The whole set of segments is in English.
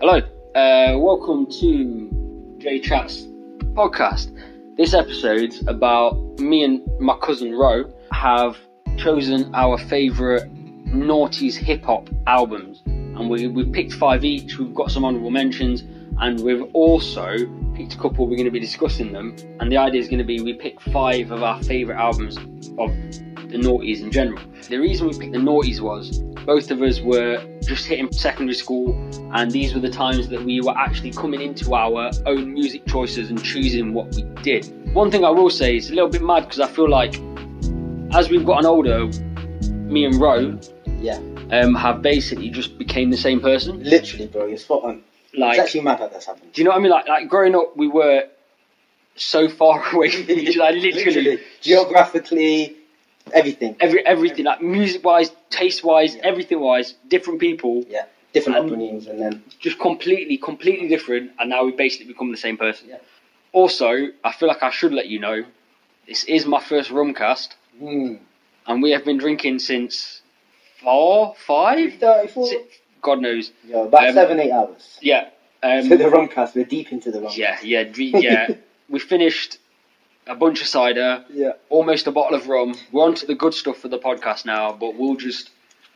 Hello, uh, welcome to J Chats podcast. This episode's about me and my cousin Ro have chosen our favourite noughties hip hop albums, and we we picked five each. We've got some honourable mentions, and we've also picked a couple. We're going to be discussing them, and the idea is going to be we pick five of our favourite albums of the noughties in general. The reason we picked the noughties was both of us were just hitting secondary school, and these were the times that we were actually coming into our own music choices and choosing what we did. One thing I will say is a little bit mad because I feel like as we've gotten older, me and Ro Yeah, um, have basically just became the same person. literally, bro, you're spot on. Like, it's actually mad that that's happened. do you know what I mean? Like, like growing up, we were so far away from each other. Like, literally, geographically, everything, every everything, like music wise, taste wise, Yeah. everything wise, different people, different Um, opinions, and then just completely, completely different. And now we basically become the same person. Yeah. Also, I feel like I should let you know, this is my first rumcast, mm, and we have been drinking since four, five, 34, six, God knows. yeah, about Um, seven, eight hours. Yeah. Um, so the rum cast, we're deep into the rum. Yeah, yeah, dr- yeah. we finished a bunch of cider, yeah. almost a bottle of rum. We're on to the good stuff for the podcast now, but we'll just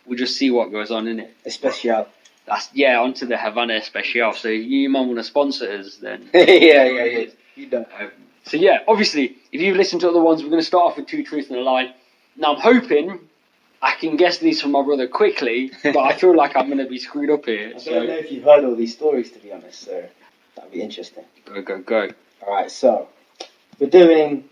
we'll just see what goes on in it. Especial. That's yeah, onto the Havana Especial. So you might want to sponsor us then. yeah, yeah, yeah. You know. Um, so yeah, obviously, if you've listened to other ones, we're going to start off with two truths and a lie. Now I'm hoping I can guess these from my brother quickly, but I feel like I'm going to be screwed up I here. don't know So if you've heard all these stories, to be honest. So that'd be interesting. go go go. All right, so we're doing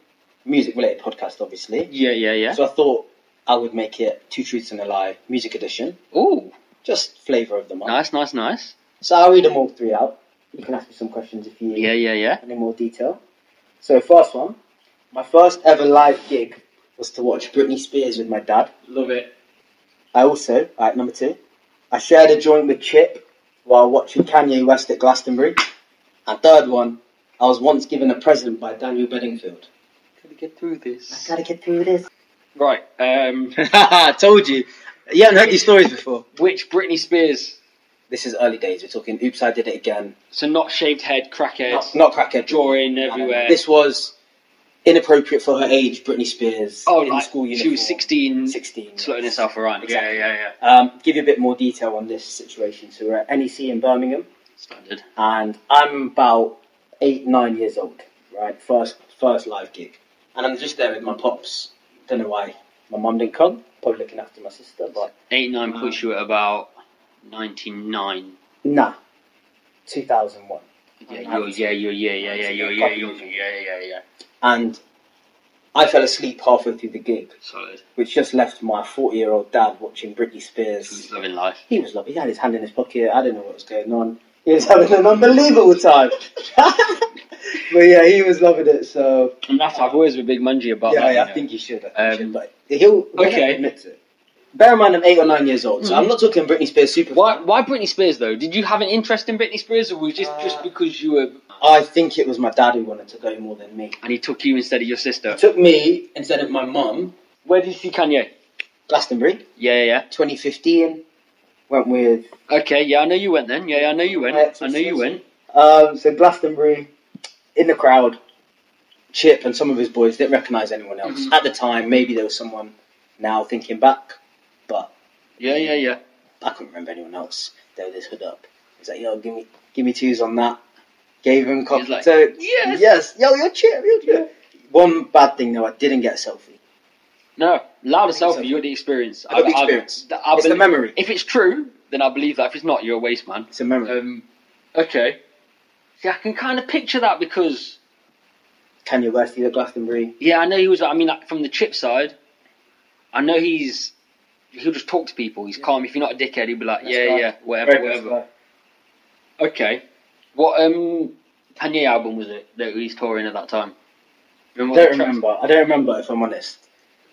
music-related podcast, obviously. Yeah yeah yeah. So I thought I would make it two truths and a lie music edition, Oh, just flavour of the month. nice nice nice. So I'll read them all three out. You can ask me some questions if you Yeah yeah yeah. any more detail. So first one, my first ever live gig was to watch Britney Spears with my dad. Love it. I also, alright, number two, I shared a joint with Chip while watching Kanye West at Glastonbury. And third one, I was once given a present by Daniel Bedingfield. Gotta get through I this. gotta get through this. Right. Um, I told you. You haven't heard these stories before. which Britney Spears? This is early days. We're talking. Oops, I did it again. So not shaved head, crackheads, Not, not crackhead. drawing No, no, no. everywhere. This was inappropriate for her age, Britney Spears. oh, in like, school uniform. she was 16, 16. yes. slutting herself around. Exactly. Yeah, yeah, yeah. Um, give you a bit more detail on this situation. So we're at NEC in Birmingham, Standard. and I'm about eight, nine years old, right? First, first live gig, and I'm just there with my pops. Don't know why my mum didn't come. Probably looking after my sister, but 8 9 Wow. puts you at about 99. nah. 2001, Yeah, Wow. you're, yeah, you're, yeah, yeah, yeah, you're, yeah, you're, yeah, yeah, yeah. and I fell asleep halfway through the gig, Solid. which just left my 40-year-old dad watching Britney Spears. She's loving life. He was lovely. He had his hand in his pocket. I don't know what was going on. He was having an unbelievable time. but yeah, he was loving it. So I'm gonna have to have words with Big Mungie about yeah, that. yeah, you know. I think he should. I think he Um, should. But he'll, he'll okay. admit to it. Bear in mind, I'm eight or nine years old, so Mhm. I'm not talking Britney Spears super. Why, why Britney Spears though? Did you have an interest in Britney Spears, or was it just just Uh, because you were? I think it was my dad who wanted to go more than me. And he took you instead of your sister. Took me instead of my mum. Where did you see Kanye? Glastonbury, Yeah, yeah, yeah. 2015. Went with Okay, yeah, I know you went then. Yeah, I know you went. Yeah, I know you went. Um, so Glastonbury, in the crowd, Chip and some of his boys didn't recognise anyone else Mhm. at the time. Maybe there was someone. Now thinking back, Yeah, yeah, yeah. I couldn't remember anyone else. They were this hood up. He's like, "Yo, give me, give me twos on that." Gave him coffee. He's like, so yes! yo, you're Chip, you're Chip. One bad thing though, I didn't get a selfie. No, loud as I think selfie. so. You had the experience. I got the experience. I, I, it's believe, a memory. if it's true, then I believe that. If it's not, you're a waste man. It's a memory. Um, okay. See, I can kind of picture that because Kanye West, he's at Glastonbury. yeah, I know he was. I mean, like, from the chip side, I know he's he'll just talk to people. He's calm. If you're not a dickhead, he'll be like, That's yeah, right. yeah, whatever, Very whatever. nice guy. Okay. What um Kanye album was it that he's touring at that time? Remember I what the don't tracks- remember. I don't remember if I'm honest.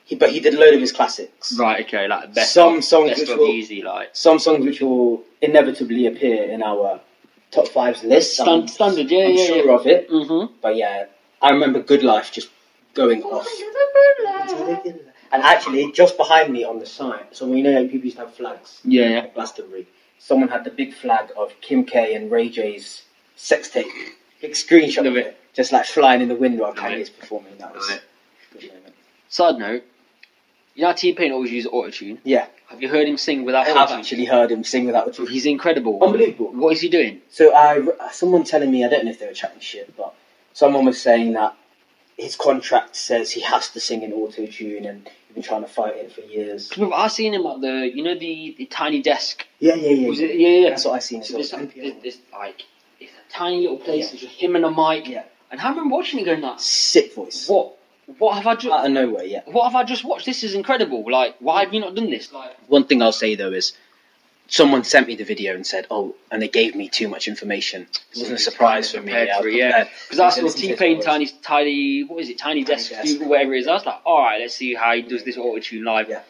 He, but he did a load of his classics. Right. Okay. Like best Some of, songs best which of will- easy like some songs which will inevitably appear in our top fives list. I'm, Stan- standard. Yeah. I'm yeah. sure yeah. of it, Mm-hmm. but yeah, I remember Good Life just going off. And actually, just behind me on the sign, so we know people used to have flags Yeah, yeah. at Glastonbury. someone had the big flag of Kim K and Ray J's sex tape. Big screenshot Love of it. Just like flying in the wind while Love Kanye's performing. That was Love it. a good moment. Side note, you know how T Pain always uses auto tune. Yeah. Have you heard him sing I without have auto actually heard him sing without the tune? truth. He's incredible. Unbelievable. What is he doing? So I, someone telling me, I don't know if they were chatting shit, but someone was saying that his contract says he has to sing in auto tune, and he's been trying to fight it for years. 'Cause I've seen him at the, you know, the, the tiny desk. Yeah, yeah, yeah. Was yeah. it? Yeah, yeah. yeah. That's what I seen. as So well. it's, it's, it's like it's a tiny little place. It's just him and a mic. Yeah. And I remember watching it going, like, Sick voice. what? What have I just? Out of nowhere, yeah. What have I just watched? This is incredible. Like, why have you not done this? Like, One thing I'll say though is, someone sent me the video and said, "Oh,and they gave me too much information. It wasn't a surprise for me. Prepared I was for it, yeah. prepared. because I saw Listen to T this Pain, voice. tiny, tiny, what is it, tiny, Tiny desk, Desk. whatever it is. I was like, all right, let's see how he does this auto tune live. Yeah.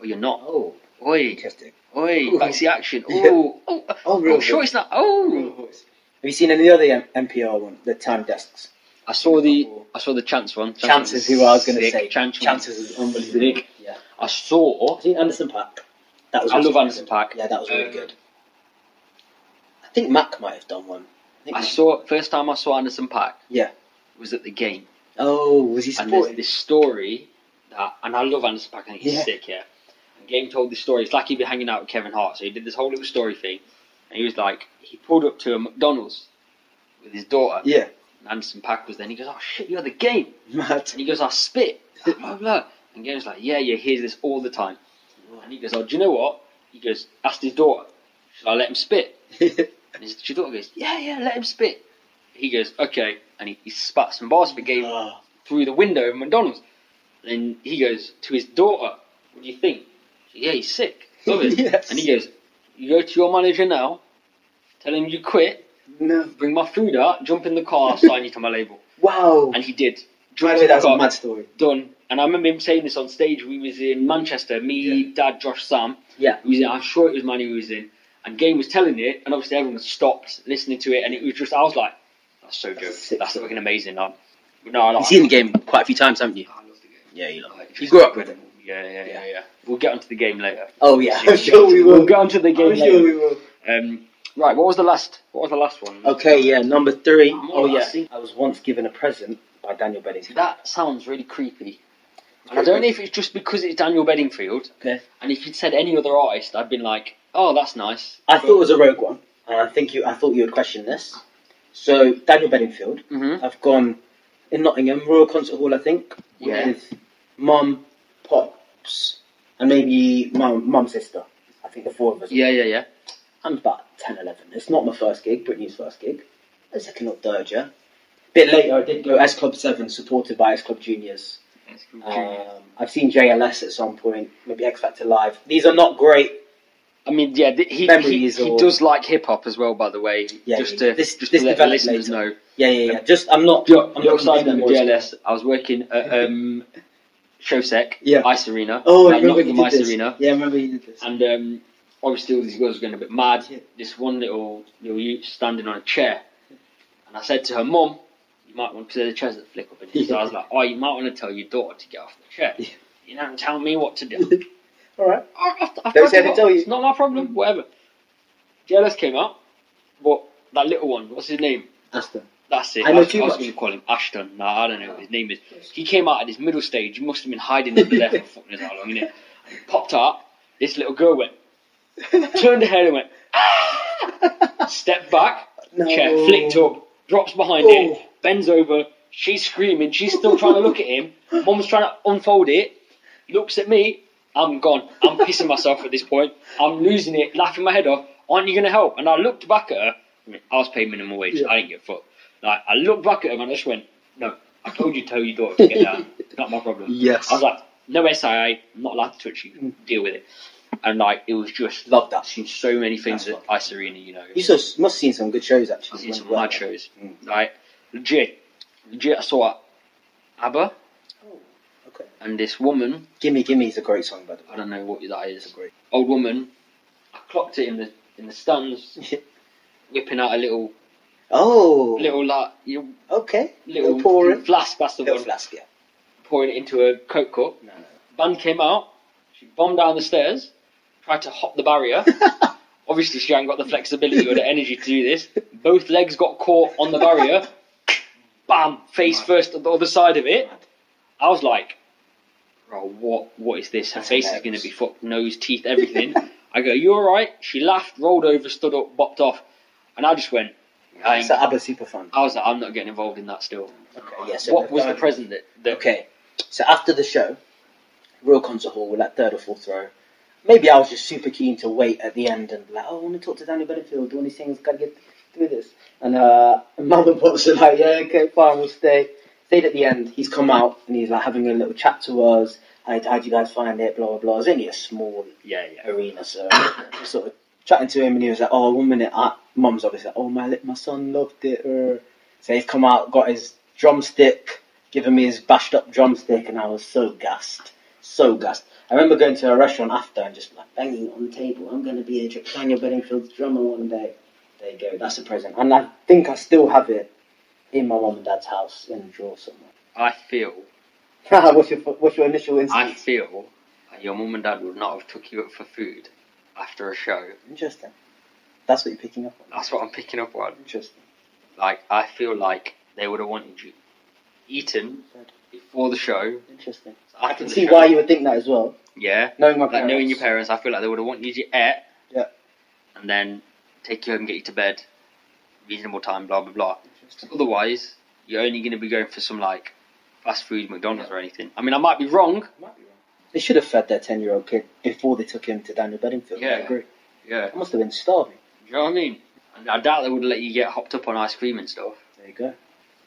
Or you're not. Oh, Oi, interesting. oi, Ooh. back to the action. Yeah. Oh, oh, Oh, real oh, sure, voice. it's not. Real Oh, voice. Have you seen any other M- NPR one? The time desks. I saw the, I saw the chance one. Chance is who I was going to say. Chance, Chances is unbelievable. Sick. Yeah. I saw. I think Anderson Pack. That was. I really love Anderson good. Paak. Yeah, that was really Um, good. I think Mac might have done one. I think I Mac- saw first time I saw Anderson Pack. Yeah. was at the game, Oh, was he and there's supporting? this story that, and I love Anderson Pack. I think he's Yeah. sick. Yeah, and game told this story. It's like he'd been hanging out with Kevin Hart, so he did this whole little story thing, and he was like, he pulled up to a McDonald's with his daughter, Yeah. and Anderson Pack was there. And he goes, "Oh shit, you're the game," Mad. and he goes, "I spit," blah blah blah, and Game's like, "Yeah, yeah, hears this all the time," and he goes, "Oh, do you know what?" He goes, asked his daughter, "Should I let him spit?" And his she daughter goes, Yeah, yeah, let him spit. He goes, Okay. And he, he spat some basket game Ah, through the window of McDonald's. And he goes to his daughter, What do you think? She, yeah, he's sick. Love it. Yes. And he goes, You go to your manager now, tell him you quit, no. bring my food out, jump in the car, sign you to my label. Wow. And he did. Jumped Actually, in the that's a car, mad story. done. And I remember him saying this on stage. We was in Manchester. Me, Dad, Josh, Sam. Yeah. Who was in, I'm sure it was Manny who was in. And Game was telling it, and obviously everyone stopped listening to it, and it was just I was like, "That's so That's good. sick, That's sick. fucking amazing." Like, no, I like. You've seen the game quite a few times, haven't you? I love the game. Yeah, you love Like, You grew up with it. Yeah, yeah, yeah, Yeah. yeah. We'll get onto the game later. Oh yeah, I'm sure we We'll will. get onto the game I'm sure later. we will. Um, right. What was the last? What was the last one? Okay, yeah, number three. I'm Oh yeah, alright. I was once given a present by Daniel Bedingfield. That sounds really creepy. And I don't know if it's just because it's Daniel Bedingfield. Okay. And if you'd said any other artist, I'd been like, "Oh, that's nice." I thought it was a rogue one, and I think you. I thought you would question this. So Daniel Bedingfield, Mm-hmm. I've gone in Nottingham Royal Concert Hall, I think, Yeah. with mum, pops, and maybe mum, mum, sister. I think the four of us. Yeah, yeah, yeah. I'm about 10, 11. It's not my first gig, Britney's first gig. A second or third, yeah. Bit later, I did go S Club 7, supported by S Club Juniors. Um, I've seen JLS at some point, maybe X Factor Live. These are not great. I mean, yeah, th- he, he, Memories he or- does like hip hop as well, by the way. Yeah, just yeah, to, this- just this to let the developed listeners later. know. Yeah, yeah, yeah. Just, I'm not. Yeah, I'm I'm not not excited complaining with with JLS. I was working at um, Showsec, Yeah. Ice Arena. Oh, I I'm not remember in you did Ice this. Arena. Yeah, I remember you did this. And um, obviously, all these girls are going a bit mad. Yeah. This one little little youth standing on a chair. And I said to her mum, you might want to, because the chairs that flick up in here. So I was like, oh, you might want to tell your daughter to get off the chair. Yeah. You don't tell me what to do. All right. I- I've, I've Don't got say I didn't it. tell you. It's not my problem. Whatever. JLS came out, but that little one, what's his name? Aston. That's it. I know was, too was much. going to call him Ashton. No, I don't know what his name is. He came out at his middle stage. He must have been hiding under there for fucking knows how long, innit? And he popped up. This little girl went, turned her head and went, "Ah!" stepped back, No. chair flicked up, drops behind Oh. it, bends over. She's screaming. She's still trying to look at him. Mum's trying to unfold it. Looks at me. I'm gone. I'm pissing myself at this point. I'm losing it, laughing my head off. Aren't you going to help? And I looked back at her. I mean, I was paid minimum wage. Yeah. I didn't give a fuck. Like, I looked back at him and I just went, no, I told you to tell your daughter to get down. It's not my problem. Yes. I was like, no SIA, I'm not allowed to touch you. Mm. Deal with it. And, like, it was just, Love that. I've seen so many things That's at Ice Arena, you know. You saw, must have seen some good shows, actually. I've seen some Well, mad shows. Mm. Like, legit. Legit, I saw ABBA Oh, Okay. and this woman, Gimme Gimme is a great song, by the way. I don't know what that is, great. old woman, I clocked it in the in the stands, whipping out a little, Oh. little, like, you, Okay. little, Little pouring. flask, that's the Little one, flask, yeah. pouring it into a Coke cup. No, Band came out. She bombed down the stairs, tried to hop the barrier, Obviously, she hadn't got the flexibility or the energy to do this. Both legs got caught on the barrier. Bam! Face first on the other side of it. I was like, bro, what, what is this? Her That's face is going hilarious. to be fucked, nose, teeth, everything. I go, you alright? She laughed, rolled over, stood up, bopped off. And I just went, I, It's ain't- an ABBA super fun. I was like, I'm not getting involved in that still. Okay, yeah, so what we've was the done- present that, that Okay, so after the show, Royal Concert Hall, we're like third or fourth row. Maybe I was just super keen to wait at the end and be like, oh, I want to talk to Danny Benefield, do all these things, gotta get through this. And uh, Mum and Pops are like, yeah, okay, fine, we'll stay. Stayed at the end, he's come out and he's like having a little chat to us. How would you guys find it? Blah, blah, blah. It's only a small Yeah, yeah. arena, so sort of chatting to him, and he was like, "Oh, one minute, I, mum's obviously, like, oh my, my son loved it." er." So he's come out, got his drumstick, given me his bashed up drumstick, and I was so gassed, so gassed. I remember going to a restaurant after and just like banging on the table. I'm going to be a Dr- Daniel Bedingfield's drummer one day. There you go, that's a present, and I think I still have it in my mum and dad's house in a drawer somewhere. I feel, what's your what's your initial I instinct? feel that your mum and dad would not have took you up for food after a show. Interesting. That's what you're picking up on. That's what I'm picking up on. Interesting. Like, I feel like they would have wanted you eaten before the show. Interesting. After I can the see show. why you would think that as well. Yeah. Knowing my Like, parents. knowing your parents, I feel like they would have wanted you to eat. Yeah. And then take you home, get you to bed, reasonable time, blah, blah, blah. Otherwise, you're only going to be going for some, like, fast food, McDonald's or anything. I mean, I might be wrong. They should have fed their 10 year old kid before they took him to Daniel Bedingfield. Yeah. I agree. Yeah. I must have been starving. Do you know what I mean? And I doubt they would let you get hopped up on ice cream and stuff. There you go.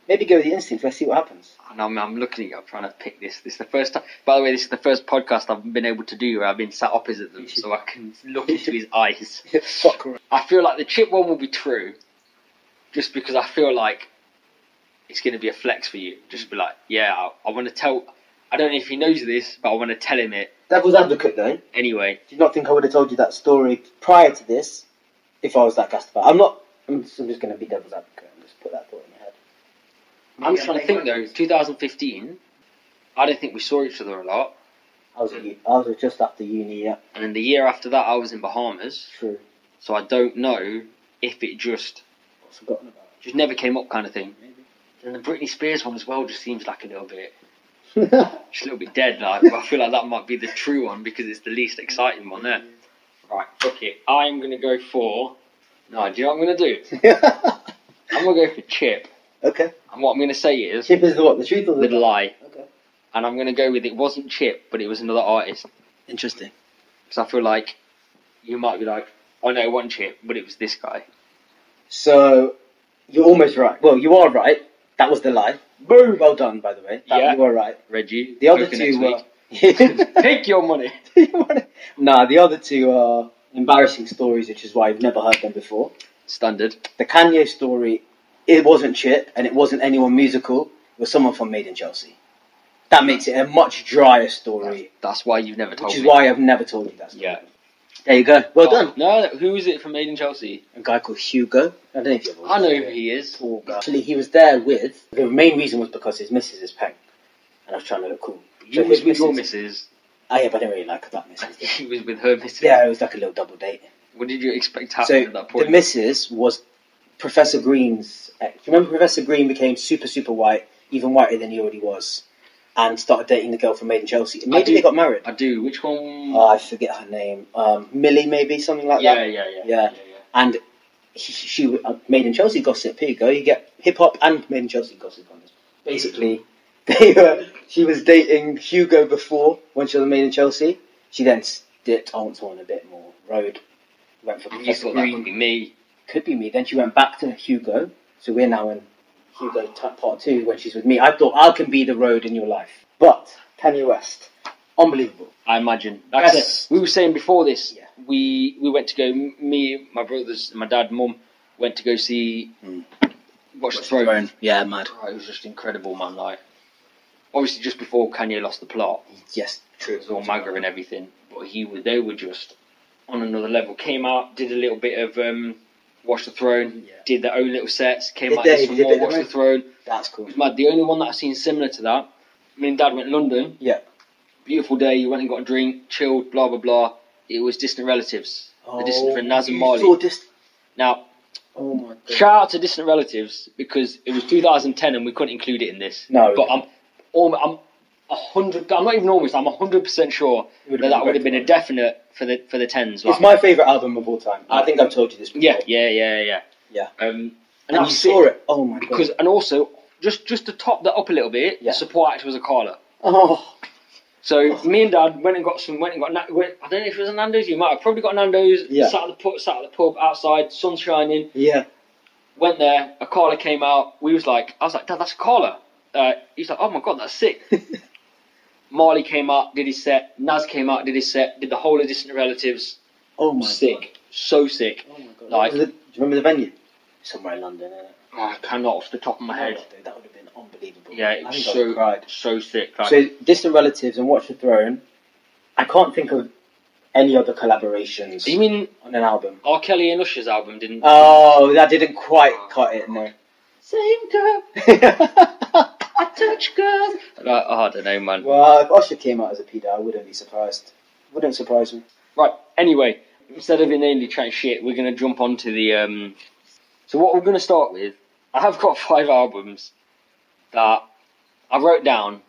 Maybe go with the instinct. Let's see what happens. And I'm, I'm looking at you, I'm trying to pick this. This is the first time. By the way, this is the first podcast I've been able to do where I've been sat opposite them, so I can look into his eyes. Fuck around. I feel like the chip one will be true, just because I feel like it's going to be a flex for you. Just be like, yeah, I, I want to tell. I don't know if he knows this, but I want to tell him it Devil's advocate, though. Do anyway. you not think I would have told you that story prior to this if I was that gassed about it? I'm not. I'm just, I'm just going to be devil's advocate and just put that thought in your head. I'm just trying to think though. 2015, I don't think we saw each other a lot. I was, at u- I was just after uni, yeah. And then the year after that, I was in Bahamas, True. so I don't know if it just I've forgotten about just never came up kind of thing. Maybe. And the Britney Spears one as well just seems like a little bit, it. just a little bit dead. Like but I feel like that might be the true one because it's the least exciting one there. Right, fuck it. I'm gonna go for. No, do you know what I'm gonna do? I'm gonna go for Chip. okay. And what I'm gonna say is Chip is the what? The truth or the the lie. Okay. And I'm gonna go with it wasn't Chip, but it was another artist. Interesting. Because I feel like you might be like, I know one Chip, but it was this guy. So you're almost right. Well, you are right. That was the lie. Boom. Well done, by the way. That, Yeah. You were right. Reggie. The other poker two were. week. Take your money. nah, the other two are embarrassing stories, which is why I've never heard them before. Standard. The Kanye story, it wasn't Chip and it wasn't anyone musical. It was someone from Made in Chelsea. That makes it a much drier story, That's why you've never told which is me. why I've never told you that story. Yeah. There you go. Well Oh, done. No, who is it from Made in Chelsea? A guy called Hugo. I don't know if you ever I know who he is. tall guy. Actually, he was there with. The main reason was because his missus is pink, and I was trying to look cool. You So was his with your missus- missus. Ah, yeah, but I didn't really like that missus. He was with her missus. yeah, it was like a little double date. What did you expect to happen So at that the point? missus was Professor Green's. Ex. Do you remember Professor Green became super, super white, even whiter than he already was, and started dating the girl from Maiden Chelsea. And I Maybe do- they got married. I do. Which one? Oh, I forget her name. Um, Millie, maybe something like yeah, that. yeah, yeah, Yeah. And she, she uh, Maiden Chelsea gossip. Here you go. You get hip hop and Maiden Chelsea gossip on this. basically they were, she was dating Hugo before when she was made in Chelsea. She then dipped onto on a bit more road, went for And you Professor thought that would Green. be me. Could be me. Then she went back to Hugo. So we're now in Hugo t- part two when she's with me. I thought I can be the road in your life, but Kanye West, unbelievable. I imagine. Like I said, Yes. we were saying before this, Yeah. we we went to go. Me, my brothers, my dad, mum went to go see Mm. Hmm. Watch the Throne. Yeah, mad. Right, it was just incredible, man. Like, obviously, just before Kanye lost the plot, Yes, it was all MAGA and everything. But he were they were just on another level. Came out, did a little bit of um, Watch the Throne, Yeah. did their own little sets. Came Did out, they? did some Did more they? Watch the Throne. that's cool. It was mad. The only one that I've seen similar to that, me and Dad went to London. Yeah. Beautiful day. You went and got a drink, chilled, blah blah blah. It was distant relatives. the distant friend Nazim Marley. Oh, You saw this- Now, Oh my god. shout out to distant relatives because it was 2010 and we couldn't include it in this. No. but I'm, alm- I'm a hundred. I'm not even almost. I'm a hundred percent sure that It would've that been would have great. been a definite for the for the tens. It's Like, my favorite album of all time. I think I've told you this before. yeah, yeah, yeah, yeah, Yeah. Um, And, you saw it. Oh my god. because, and also just just to top that up a little bit, Yeah. the support act was a Carla. oh. So me and Dad went and got some. Went and got. Na- went, I don't know if it was a Nando's. You might have probably got a Nando's. Yeah. Sat at the pub. Sat at the pub outside, sun shining. Yeah. Went there. A caller came out. We was like, I was like, Dad, that's a caller. Uh, he's like, Oh my god, that's sick. Marley came out, did his set. Naz came out, did his set. Did the whole of distant relatives. oh my sick, so sick. god. Oh my god. Like- do you remember the venue? Somewhere in London. Isn't it? Oh, I cannot off the top of my head. Dude, that would have been unbelievable. Yeah, it I was think so I cried. so sick. Like, So distant relatives and Watch the Throne. I can't think of any other collaborations you mean on an album. R. Kelly and Usher's album didn't? Oh, that didn't quite cut it. No. Same girl, well, I touch girls. Like, oh, I don't know, man. if Usher came out as a pedo, I wouldn't be surprised. Wouldn't surprise me. Right. Anyway, instead of inanely chatting shit, we're gonna jump onto the. Um, so what we're gonna start with? I have got five albums that I wrote down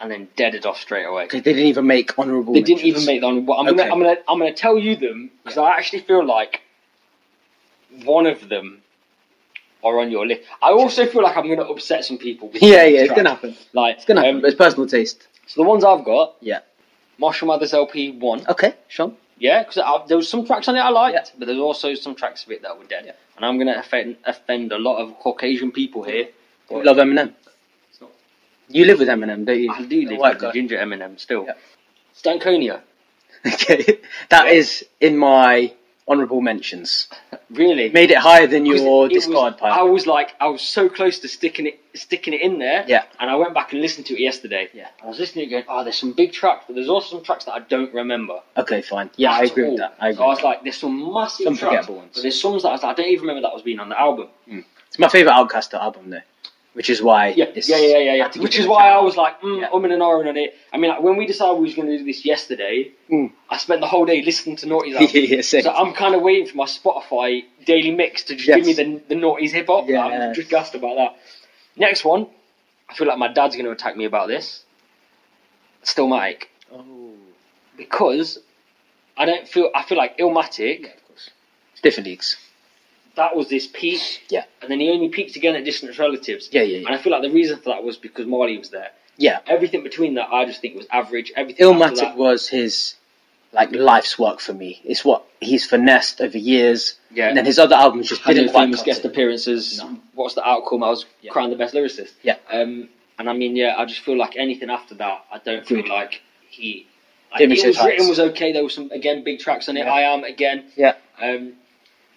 and then deaded off straight away. They didn't even make honourable. They didn't even make them. But I'm gonna Okay. I'm gonna I'm gonna tell you them because I actually feel like one of them are on your list. I also feel like I'm gonna upset some people. with Yeah, this yeah, it's track. gonna happen. Like It's gonna um, happen. but it's personal taste. so the ones I've got, Yeah. Marshall Mathers LP one. Okay, Sean. Yeah, because there was some tracks on it I liked, Yeah. but there's also some tracks of it that were dead. Yeah. And I'm gonna offend, offend a lot of Caucasian people here. You love Eminem. It's not- You live with Eminem, don't you? I do The live white with the guy. ginger Eminem still. Yeah. Stankonia, Okay, that Yeah. is in my honourable mentions. really? It made it higher than 'Cause your it was- discard I pile. was like, I was so close to sticking it, sticking it in there. Yeah. And I went back and listened to it yesterday. Yeah. I was listening to it going, oh, there's some big tracks, but there's also some tracks that I don't remember. Okay, fine. Yeah, I at agree all. with that. I agree. So I with was that. like, there's some massive Some tracks, forgettable ones. but there's some that I was like, I don't even remember that was being on the album. It's my favourite Outcast album, though, which is why. Yeah, it's- yeah, yeah, yeah, I yeah. had to give Which it is a why I shout. was like, mm, Yeah. um and an iron on it. I mean, like, when we decided we was going to do this yesterday, Mm. I spent the whole day listening to Naughty's yeah, album. yeah, same. so um, I'm kind of waiting for my Spotify daily mix to just Yes. give me the, the Naughty's hip hop. Like, I'm Yes. just gassed about that. Next one, I feel like my dad's going to attack me about this. Stillmatic. Oh, Because I don't feel, I feel like Illmatic, yeah, of course. It's different leagues. that was this peak. Yeah. And then he only peaked again at Distant Relatives. Yeah, yeah, And I feel like the reason for that was because Marley was there. yeah. Everything between that, I just think was average. Everything yeah. after Illmatic that, was his like life's work for me. It's what he's finessed over years, yeah. and then his other albums just I did didn't quite famous cut guest it. appearances. No. What's the outcome? I was Yeah. crying the best lyricist. Yeah. Um, and I mean, yeah, I just feel like anything after that, I don't feel like he. Like, Didn't it miss was his written heights. was okay. There were some again big tracks on it. Yeah. I am again. Yeah. Um,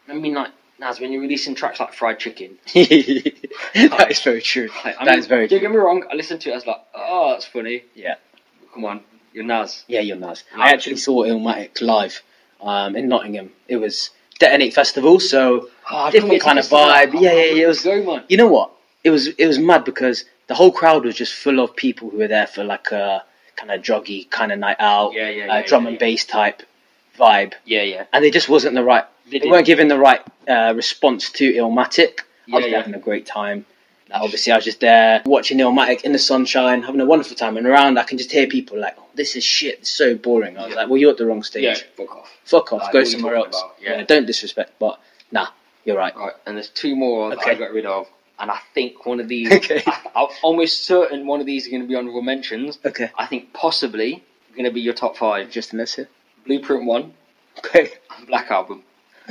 I mean, like Naz, when you're releasing tracks like Fried Chicken, that is very true. like, I That mean, is very Don't true. get me wrong. I listened to it. I was like, oh, that's funny. Yeah. Come on, you're Naz. Yeah, you're nice. Yeah. I actually saw Illmatic live um, in Nottingham. It was Detonate Festival, so Oh, I Different couldn't kind get of to listen to vibe. that. Yeah, yeah, yeah, it was- Go man. you know what? It was it was mad because the whole crowd was just full of people who were there for like a kind of druggy kind of night out, Yeah, yeah, uh, yeah, drum yeah, and yeah. bass type vibe, Yeah, yeah. and they just wasn't the right. They, did. weren't giving the right uh, response to Illmatic. I was Oh, Yeah, yeah. having a great time. Like, obviously, I was just there watching Illmatic in the sunshine, having a wonderful time. And around, I can just hear people like, oh, "This is shit. It's so boring." I was Yeah. like, "Well, you're at the wrong stage. Yeah, fuck off. Fuck off. Like, go what are you somewhere talking else. about? Yeah. don't disrespect, but nah, you're right. Right, and there's two more that I Okay. got rid of, and I think one of these, Okay. I, I'm almost certain one of these are going to be honourable mentions. Okay, I think possibly going to be your top five: just in this here. Blueprint One Okay. and Black Album.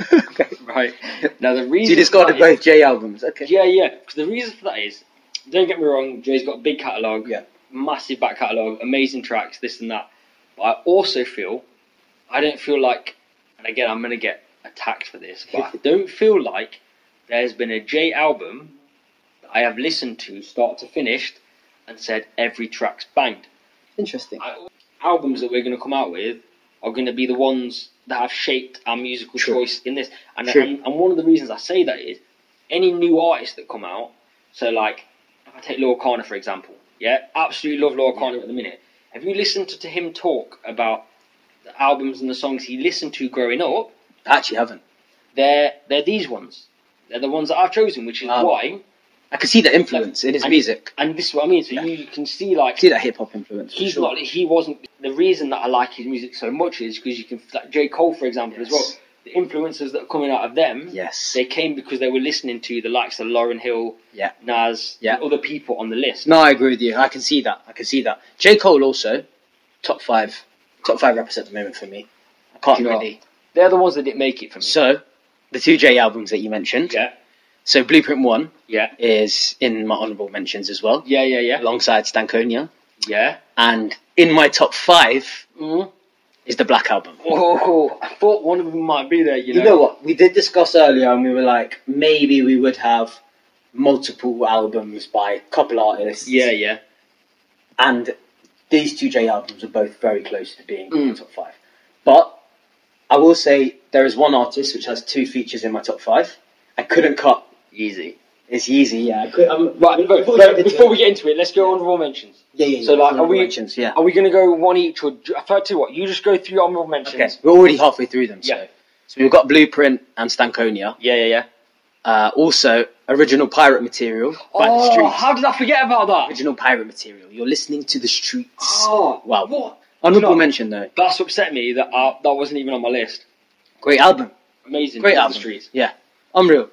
okay. Right now, the reason So you discarded for that both J albums. is- Okay. yeah, yeah. Because the reason for that is, don't get me wrong, Jay's got a big catalogue, Yeah. massive back catalogue, amazing tracks, this and that. But I also feel, I don't feel like, and again, I'm going to get attacked for this, but I don't feel like there's been a J album that I have listened to start to finish and said every track's banged. Interesting. I, albums that we're going to come out with are going to be the ones that have shaped our musical True. choice in this. And, True. and and one of the reasons I say that is any new artists that come out. So like, if I take Laura Connor for example, yeah, absolutely love Laura Connor at the minute. Have you listened to, to him talk about the albums and the songs he listened to growing up? I actually haven't. They're they're these ones. They're the ones that I've chosen, which is Ah. why. I can see the influence in his And- music. And this is what I mean. So Yeah. you can see I like can see that hip hop influence. for he's sure. not he wasn't the reason that I like his music so much is because you can like J Cole for example as well. Yes. The influences that are coming out of them, Yes. they came because they were listening to the likes of Lauren Hill, Yeah. Nas, Yeah. and other people on the list. No, I agree with you. I can see that. I can see that. J Cole also top five, top five rappers at the moment for me. I can't Do you know really. They're the ones that didn't make it for me. So, the two J albums that you mentioned. yeah, So Blueprint One yeah, is in my honorable mentions as well, yeah, yeah, yeah, alongside Stankonia, yeah. and in my top five Mm. is the Black Album. Oh, I thought one of them might be there. You know, You know what? We did discuss earlier, and we were like, maybe we would have multiple albums by a couple artists. Yeah, yeah. and these two J albums are both very close to being in Mm. the top five. But I will say there is one artist which has two features in my top five. I couldn't cut. Easy. It's Yeezy, yeah. I could, I'm, um, Right, but, before, before we get we, into it- get into it, let's go honorable mentions. yeah, yeah, yeah. so, like, are we- mentions, yeah. Are we going to go one each, or do- I thought to what you just go through honorable mentions? Okay, we're already halfway through them. So, Yeah. so we've got Blueprint and Stankonia. Yeah, yeah, yeah. Uh, also, original pirate material by the oh, streets. how did I forget about that? original pirate material. You're listening to the streets. Oh, wow. What? Honorable No. mention though. That's upset me that I, that wasn't even on my list. Great album. Amazing. Off Great the album. Streets. Yeah, unreal.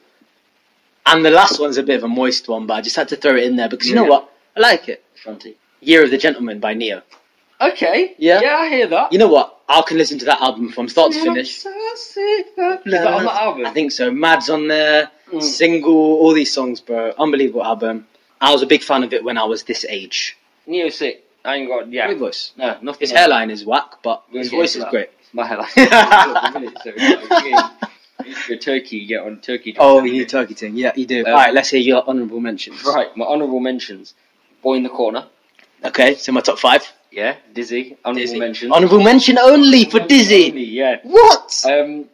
And the last one's a bit of a moist one, but I just had to throw it in there because you know Yeah. what? I like it. Fronty. Year of the Gentleman by Neo. Okay. Yeah. Yeah, I hear that. You know what? I can listen to that album from start to finish. Is that on that album? I think so. Mads on there, Mm. single, all these songs, bro. Unbelievable album. I was a big fan of it when I was this age. Hmm. Neo Sick. I ain't got. Yeah. Great voice. No, nothing. His else. hairline is whack, but We'll his get into voice is that. great. My hairline. so, like, yeah, your turkey, you get on turkey. Oh, you need Turkey Ting. Yeah, you do. Um, all right, let's hear your honourable mentions. Right, my honourable mentions. Boy in the corner. Okay, so my top five. Yeah, Dizzy. Honourable Dizzy. mentions. Honourable mention only for Dizzy. Only, Yeah. What? Um,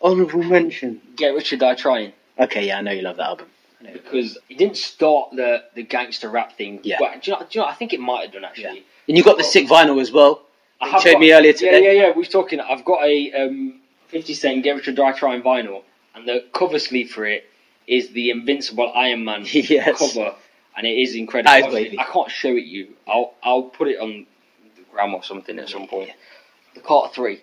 Honourable mention. Get Rich or Die Trying Okay, yeah, I know you love that album. because he didn't start the, the gangster rap thing. Yeah. But, do, you know, do you know? I think it might have done actually. And you got the sick vinyl as well. I You have showed got- me earlier Yeah, today. yeah, yeah. We're talking. I've got a um, 50 Cent Get Rich or Die Trying vinyl, and the cover sleeve for it is the Invincible Iron Man Yes. cover, and it is incredible. That is Obviously, wavy. I can't show it you. I'll I'll put it on the gram or something at some point. The part three.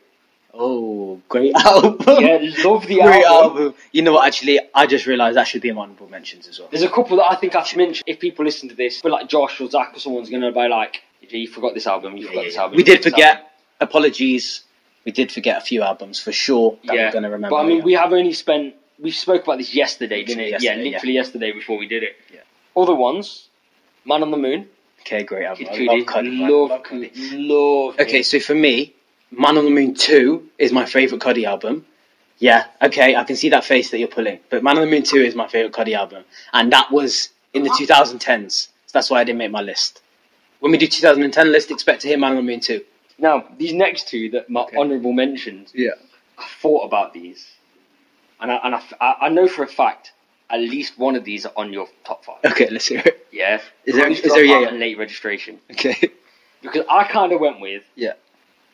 Oh, great album. Yeah, love the great album. album. You know what? Actually, I just realised that should be in my honourable mentions as well. There's a couple that I think I've mentioned. If people listen to this, but like Josh or Zach or someone's gonna be like, "You forgot this album. You Yeah, forgot yeah, this yeah. album." We you forgot did this forget. album." Apologies. We did forget a few albums for sure that Yeah, we're going to remember. But I mean, we have only spent. We spoke about this yesterday, didn't Literally it? yesterday, yeah, yeah. literally yesterday before we did it. Yeah. Other ones, Man on the Moon, okay, great album. Kid Cudi, I love Cuddy. love, love, Cuddy. love. Okay, it. so for me, Man on the Moon 2 is my favourite Cuddy album. Yeah, okay, I can see that face that you're pulling. But Man on the Moon 2 is my favourite Cuddy album. And that was in the 2010s. So that's why I didn't make my list. When we do 2010 list, expect to hear Man on the Moon 2. Now these next two that my Okay. honourable mentions, Yeah. I thought about these, and I and I, I, I know for a fact at least one of these are on your top five. Okay, let's hear it. Yeah. Is there- College is there- yeah, dropout yeah. and late registration Okay. because I kind of went with Yeah.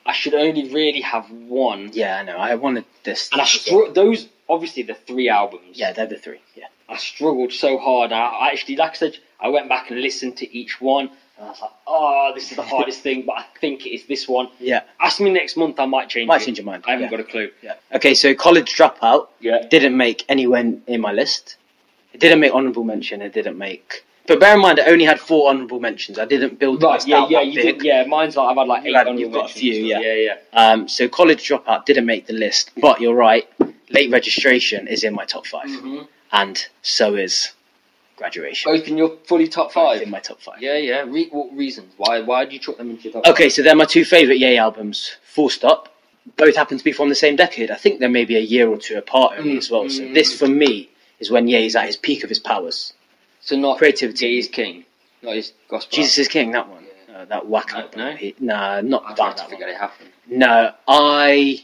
I should only really have one, Yeah, I know. I wanted this. and I str- those obviously the three albums. Yeah, they're the three. Yeah. I struggled so hard. I, I actually, like I said, I went back and listened to each one, and I was like, "Oh, this is the hardest thing," but I think it is this one. Yeah. Ask me next month, I might change. Might it. change your mind. I haven't Yeah. got a clue. Yeah. Okay, so College Dropout Yeah, didn't make anywhere in my list. It didn't make honourable mention. It didn't make. But bear in mind, I only had four honourable mentions. I didn't build the right. list Yeah, out yeah, that you big. did. Yeah, mine's like I've had like You eight had- on your you've got a mentions, few, so yeah. yeah, yeah. Um, so college dropout didn't make the list, but you're right. Late registration is in my top 5 Mm-hmm. and so is graduation. Both in your fully top Oh, Both in five. my top five. Yeah, yeah. Re- what reasons? Why? Why do you chuck them into your top? Okay, so they're my two favorite Yay albums. Full stop. Both happen to be from the same decade. I think they're maybe a year or two apart only Mm, as well. So mm. this for me is when Ye is at his peak of his powers. So not Creativity. He is king. Not his gospel. Jesus is King, that one. Yeah. Uh, that whack No, album. no? He- nah, not I that, tried to that one. forget it happened. No, I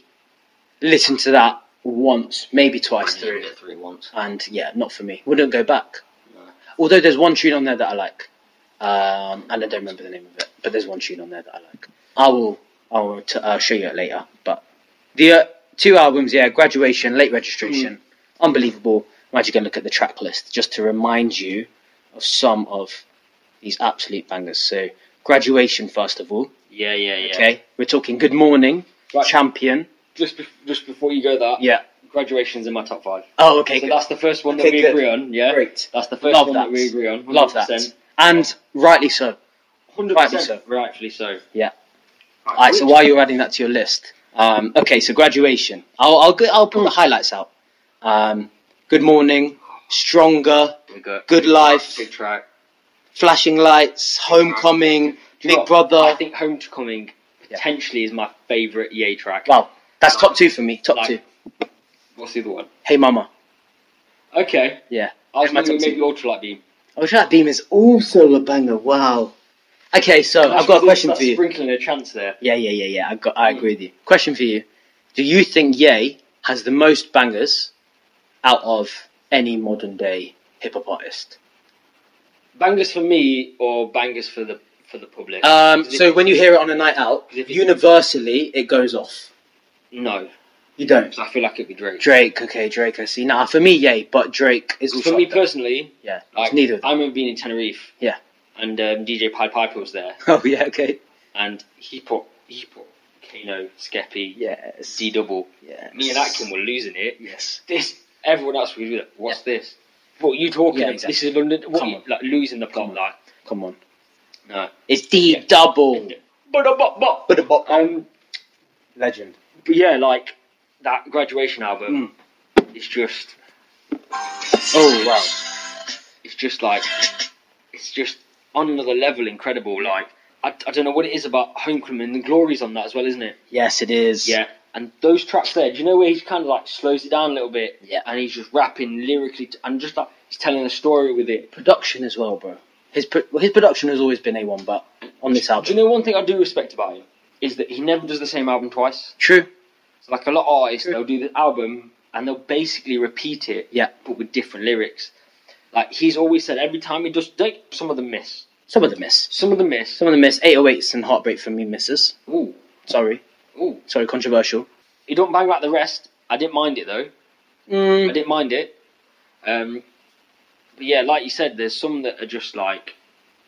listened to that once, maybe twice through. three once. and yeah, not for me. Wouldn't go back. No. Although there's one tune on there that I like, um, and I don't remember the name of it, but there's one tune on there that I like. I will, I will t- uh, show you it later. But the uh, Two albums, yeah. Graduation, Late Registration, Mm. unbelievable. I'm actually going to look at the track list just to remind you of some of these absolute bangers. So, Graduation first of all. Yeah, yeah, yeah. Okay, we're talking Good Morning, Right. Champion. Just bef just before you go, that Yeah. graduation's in my top five. Oh, okay. so good. that's the first one Okay, that we good. agree on. Yeah, Great. that's the first Love one that. that we agree on. Love that. And rightly so. Hundred Rightly so. percent, rightfully so. Yeah. All right, so while you're adding that to your list, um, okay, so graduation. I'll I'll, go, I'll pull the highlights out. Um, good morning, stronger, We got good life, Big track. flashing lights, homecoming, Do you know big what? brother. I think Homecoming Yeah. potentially is my favourite EA track. Wow, that's top two for me. Top Like- two. What's the other one? Hey, mama. Okay. Yeah. I was It's my thinking top maybe two. Ultralight Beam. Oh, that beam is also a banger. Wow. Okay, so I've got a question for you. Sprinkling a chance there. Yeah, yeah, yeah, yeah. I got. I agree with you. Question for you: Do you think Ye has the most bangers out of any modern day hip hop artist? Bangers for me or bangers for the for the public? Um, so when you hear it on a night out, universally it goes off. no, You don't. 'cause I feel like it'd be Drake. Drake, okay, Drake. I see. Nah, for me, Ye, but Drake is also For me up there. personally, yeah, like, it's neither. of them. I remember being in Tenerife. Yeah. And um, DJ Pied Piper was there, Oh yeah, okay. and he put he put Kano, Skeppy, Yes. D Double. yes. Me and Atkin were losing it. Yes. this everyone else was like, what's this? What are you talking Yeah, about? exactly. This is London. What Come are you, on. like losing the plot? Come on. Like Come on. no. It's D double. But uh, but but But a bop. um legend. but yeah, like that graduation album. Hmm. It's just Oh wow. it's just like it's just on another level, incredible. Like I, I don't know what it is about Homecoming. The glory's on that as well, isn't it? Yes, it is. Yeah. And those tracks there, do you know where he kind of like slows it down a little bit? Yeah. And he's just rapping lyrically t- and just like he's telling a story with it. production as well, bro. His pro- well, his production has always been a one, but on this Do album, you know one thing I do respect about him is that he never does the same album twice. true. So like a lot of artists, True. they'll do the album and they'll basically repeat it, Yeah. but with different lyrics. Like he's always said, every time he does, don't, some of them miss, Some of them miss. some of them miss. Some of them miss. 808s and Heartbreak for me misses. Ooh, Sorry, oow. sorry, controversial. He don't bang like the rest. I didn't mind it though. I Mm, didn't mind it. Um, but yeah, like you said, there's some that are just like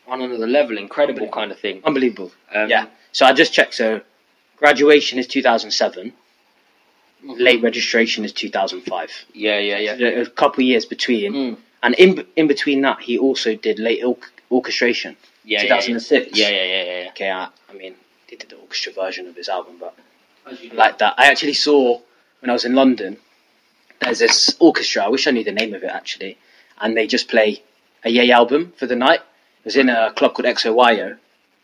on another level, incredible kind of thing. unbelievable. Um, yeah. So I just checked. So graduation is 2007. Late registration is 2005. yeah, yeah, Mm-hmm. yeah. There are A couple years between, Mm. and in in between that, he also did late or- orchestration. Yeah, yeah, yeah. 2006. Yeah, yeah, yeah, yeah. yeah. Okay, I, I mean, he did the orchestra version of his album, but As you do. like that. I actually saw when I was in London. There's this orchestra. I wish I knew the name of it actually, and they just play a Yay album for the night. It was in a club called XOYO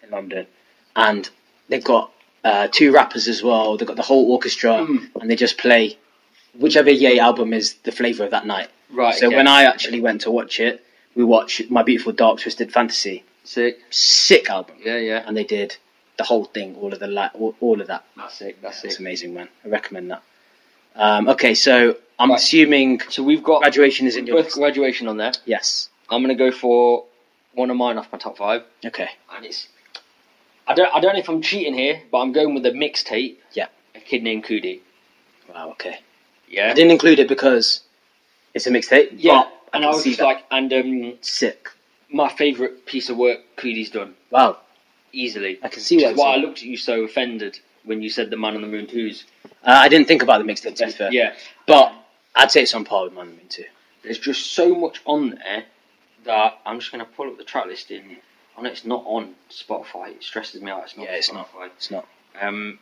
in London, and they've got uh, two rappers as well. They've got the whole orchestra, Mm. and they just play whichever Yay album is the flavour of that night. Right. so okay. when I actually went to watch it, we watched My Beautiful Dark Twisted Fantasy, sick. sick album, Yeah, yeah. and they did the whole thing, all of the li- all, all of that. That's sick. That's It's sick. amazing, man. I recommend that. Um, okay, so I'm Right. assuming So we've got graduation is in your both list. graduation on there. Yes. I'm gonna go for one of mine off my top five, Okay. and it's I don't I don't know if I'm cheating here, but I'm going with the mixtape. Yeah. A kid named Kudi. Wow. Okay. I Yeah. didn't include it because it's a mixtape. Yeah. but and I, I can was see just that. like, and um, sick. my favourite piece of work Kudi's done Wow. easily. I can see Which why. is it's why I in. looked at you so offended when you said the Man on the Moon twos. Uh, I didn't think about the mixtape to be fair, Yeah. but I'd say it's on par with mine Moon too. There's just so much on there that I'm just gonna pull up the track listing. I know it's not on Spotify. It stresses me out. It's not. Yeah, on it's not. Spotify. It's not. Um,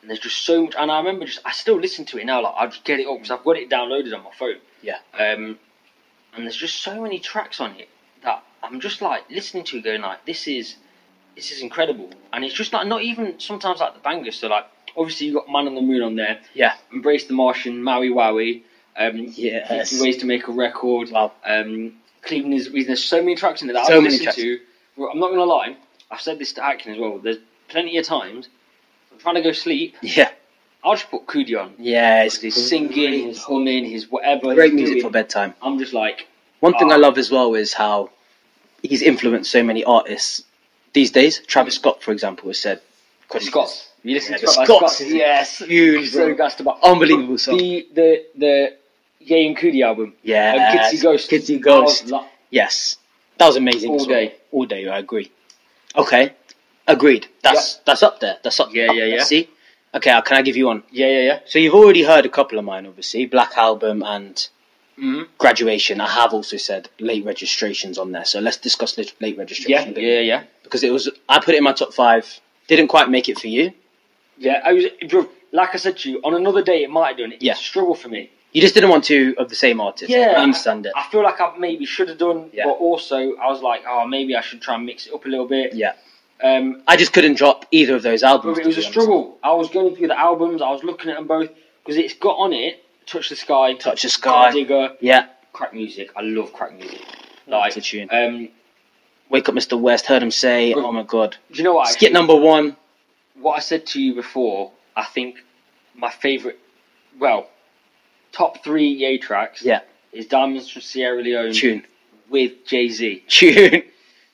and there's just so much, and I remember just I still listen to it now. Like I just get it up because I've got it downloaded on my phone. Yeah. Um, and there's just so many tracks on it that I'm just like listening to, going like, this is, this is incredible. And it's just like not even sometimes like the bangers. So like obviously you got Man on the Moon on there. Yeah. Embrace the Martian, Maui Wowie. Um, 50 Yes. ways to make a record. Wow. Um, Cleveland is reason there's so many tracks in it that So I've many listened tracks. to. Well, I'm not gonna lie, I've said this to Atkin as well. There's plenty of times I'm trying to go sleep. Yeah. I'll just put Kudi on. Yeah. It's He's singing, he's humming, he's whatever. Great he's music for doing. bedtime. I'm just like, One thing Ah. I love as well is how he's influenced so many artists these days. Travis Scott, for example, has said Scott. You listen Yeah, to the it like Scots Scots, is yes, huge, so bro. gassed about Unbelievable song. the the the Ye and Kudi album. yeah, Um, Kids See Ghosts. Kids See I was Ghosts. like, Yes, that was amazing. All as well. day. all day. I agree. Okay, agreed. That's that's up there. That's up. Yeah, up yeah, there. yeah. See, okay. uh, Can I give you one? yeah, yeah, yeah. So you've already heard a couple of mine, obviously. Black album and hmm graduation. I have also said late registrations on there. So let's discuss lit- late registration. Yeah, a bit. yeah, yeah. Because it was I put it in my top five. Didn't quite make it for you. Yeah, I was, bro, like I said to you, on another day it might have done. It's Yeah. a struggle for me. You just didn't want two of the same artist. Yeah. I understand it. I feel like I maybe should have done, Yeah. but also I was like, oh, maybe I should try and mix it up a little bit. Yeah. Um, I just couldn't drop either of those albums. but it to was be a honest. struggle. I was going through the albums, I was looking at them both because it's got on it Touch the Sky, Touch the Sky. Digger, Yeah. crack music. I love crack music. Like, Like, a tune. um, Wake up, Mr. West. Heard him say, Bro- "Oh my God." do you know what? Skit number one. what I said to you before, I think my favourite, well, top three Yay tracks Yeah. is Diamonds from Sierra Leone Tune. with Jay Z. Tune. Do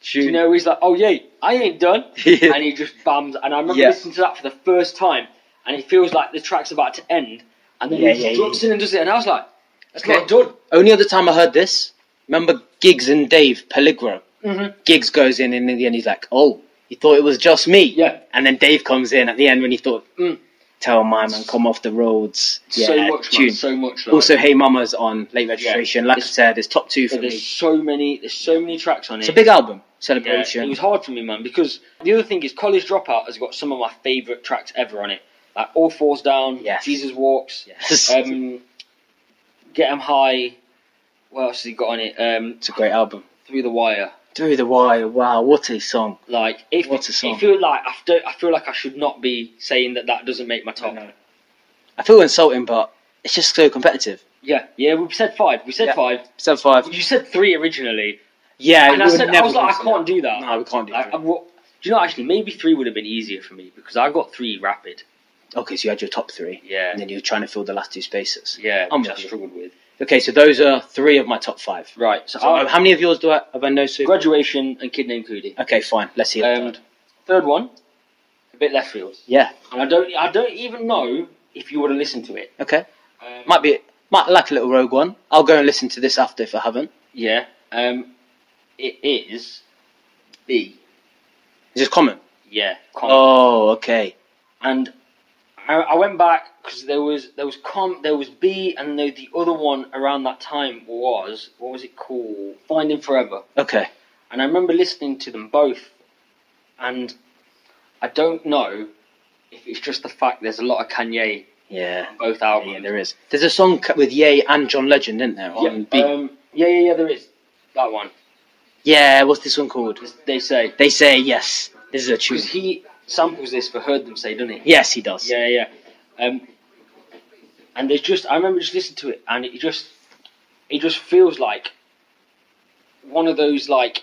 Tune. you know, he's like, oh, yay, I ain't done. Yeah. And he just bams. And I remember Yeah. listening to that for the first time, and it feels like the track's about to end. And then Yeah, he just yeah, drops in and does it. And I was like, that's Okay. not done. Only other time I heard this, remember Giggs and Dave Peligro. Mhm. Giggs goes in, and in the end, he's like, "Oh, he thought it was just me." Yeah. And then Dave comes in at the end when he thought, Mm. "Tell my man, come off the roads." Yeah, so much, man, tune. so much. Like, Also, Hey Mama's on late registration. Like I said, it's top two for but me. there's so many, there's so many tracks on it. It's a big album. Yeah, Celebration. it was hard for me, man, because the other thing is College Dropout has got some of my favourite tracks ever on it. Like All Falls Down, Yes. Jesus Walks, yes. um, Get 'Em High. What else has he got on it? Um, it's a great album. Through the Wire. Through the Wire. Wow, what a song. Like, if, What a song. I feel like I, don't, I feel like I should not be saying that that doesn't make my top. I know. I feel insulting, but it's just so competitive. Yeah, yeah, we said five. We said Yeah. five. Seven five. You said three originally, Yeah, and we I would said I never was like, I consider can't do that. No, we can't do Like, that. I- well, do you know actually? Maybe three would have been easier for me because I got three rapid. Okay, so you had your top three, Yeah, and then you were trying to fill the last two spaces. yeah, I'm which I with you. struggled with. Okay, so those are three of my top five. Right. So, So um, I- how many of yours do I have I know so far? graduation and kid named Coody. Okay, fine. Let's see. Um, third one, a bit left field, yeah. and I don't, I don't even know if you would have listened to it. Okay. Um, Might be might like a little rogue one. I'll go and listen to this after if I haven't. yeah. Um, it is B. Is this common? Yeah. Comp. Oh, okay. And I, I went back because there was there was comp, there was B, and the, the other one around that time was what was it called? Finding Forever. Okay. and I remember listening to them both, and I don't know if it's just the fact there's a lot of Kanye Yeah. on both Yeah, albums. there is. There's a song cut with Ye and John Legend, isn't there? yeah, On B. um, yeah, yeah, yeah, there is that one. yeah. What's this one called? They say They say yes. This is a tune. because he samples this for heard them say, doesn't he? Yes, he does. Yeah, yeah. Um, and there's just I remember just listening to it, and it just it just feels like one of those like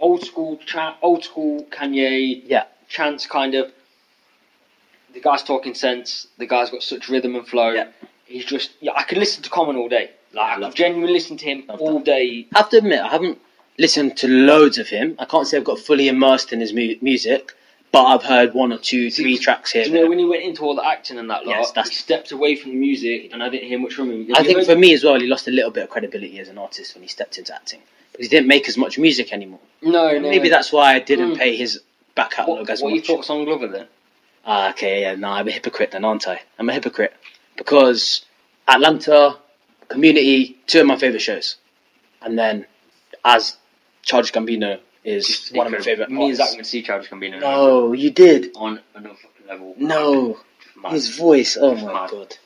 old school cha- old school Kanye Yeah. chance kind of the guy's talking sense the guy's got such rhythm and flow Yeah. he's just yeah I could listen to Common all day I like I love could genuinely listen to him Love all day I have to admit, I haven't listened to loads of him. I can't say I've got fully immersed in his mu- music, but I've heard one or two, three tracks here. Do you know when he went into all the acting and that lot Yes, that's- he stepped away from the music and I didn't hear much from him Have I you think heard- for me as well, he lost a little bit of credibility as an artist when he stepped into acting because he didn't make as much music anymore. no, no Maybe that's why I didn't Mm. pay his back what, catalogue as what are your much. thoughts on Glover then Ah, okay, yeah, no, I'm a hypocrite then, aren't I? I'm a hypocrite because Atlanta, Community, two of my favourite shows, and then as Charge Gambino is one of my favourite me and artists. Zach can see Childish Gambino No, you did. on another fucking level No, Man, his voice. Oh Mad. my god,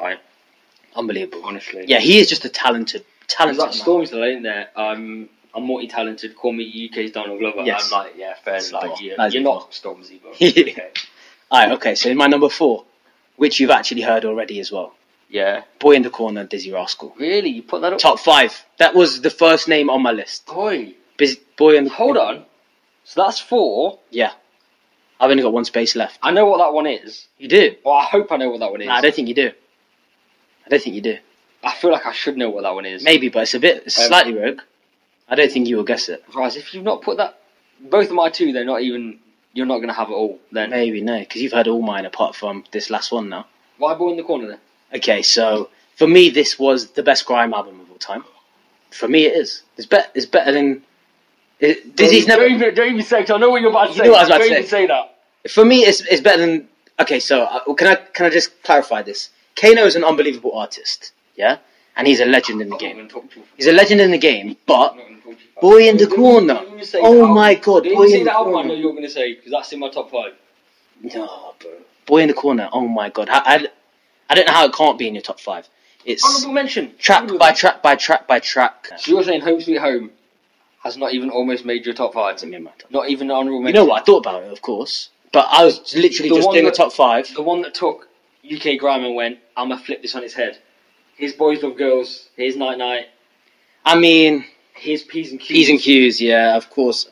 like, unbelievable. honestly Yeah, he is just a talented, There's talented like man. Storm's still ain't there. I'm I'm multi talented. Call me UK's Donald Glover. Yes. I'm like, yeah, fair. Storm. Like, yeah, That's you're evil. not Stormzy, but Yeah. okay. Alright, okay. So my number four, which you've actually heard already as well, Yeah, Boy in the Corner, Dizzy Rascal. really, you put that up. Top five. That was the first name on my list. Oi, Biz- Boy in the hold on. So that's four. Yeah, I've only got one space left. I know what that one is. You do? Well, I hope I know what that one is. Nah, I don't think you do. I don't think you do. I feel like I should know what that one is. Maybe, but it's a bit it's Um, slightly rogue. I don't think you will guess it. Right, if you've not put that, both of my two, they're not even. you're not going to have it all then. Maybe no, because you've had all mine apart from this last one now. Why ball in the corner then? Okay, so for me, this was the best grime album of all time. For me, it is. It's better. It's better than. It, Dizzy's Don't never. even, don't even say. 'cause I know what you're about to You say. know what I was about don't to even say that. For me, it's it's better than. Okay, so uh, can I can I just clarify this? Kano is an unbelievable artist, yeah, and he's a legend in the I'm game. not gonna talk to you. He's a legend in the game, but I'm not gonna talk to you. Boy in the Don't even- Corner. don't even say Oh that album. my God, Don't Boy even say in the that album. I Corner. know you're going to say because that's in my top five. No, bro. Boy in the Corner, oh my god, I, I, I don't know how it can't be in your top five. It's Honorable mention. track Honorable by track by track by track. So you're saying Home Sweet Home has not even almost made your top five? Doesn't mean my top. Not even an honourable You mention. know what? I thought about it, of course, but I was literally The just one doing the that- top five. The one that took UK grime and went, I'm gonna flip this on its head. His boys love girls. His night night. I mean, His p's and q's. P's and Q's, yeah, of course.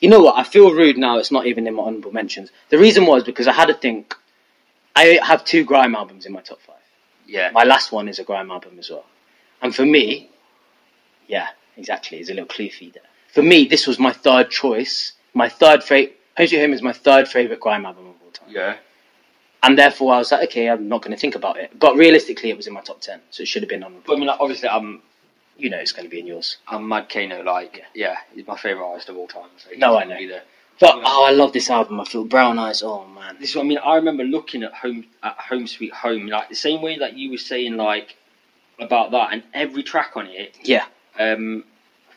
You know what? I feel rude now. It's not even in my honourable mentions. The reason was because I had to think. I have two grime albums in my top five. Yeah. My last one is a grime album as well. And for me, yeah, exactly. It's a little clue feeder. For me, this was my third choice. My third favorite. Home Sweet Home is my third favorite grime album of all time. Yeah. And therefore, I was like, okay, I'm not going to think about it. But realistically, it was in my top ten, so it should have been on. But I mean, like, obviously, I'm You know, it's going to be in yours. I'm Mad Kano. Like, yeah, he's my favorite artist of all time. So he No, doesn't I know. be there. But oh, I love this album. I feel Brown Eyes. Oh man. This is what I mean. I remember looking at home at Home Sweet Home, like the same way that you were saying like about that, and every track on it. Yeah. Um,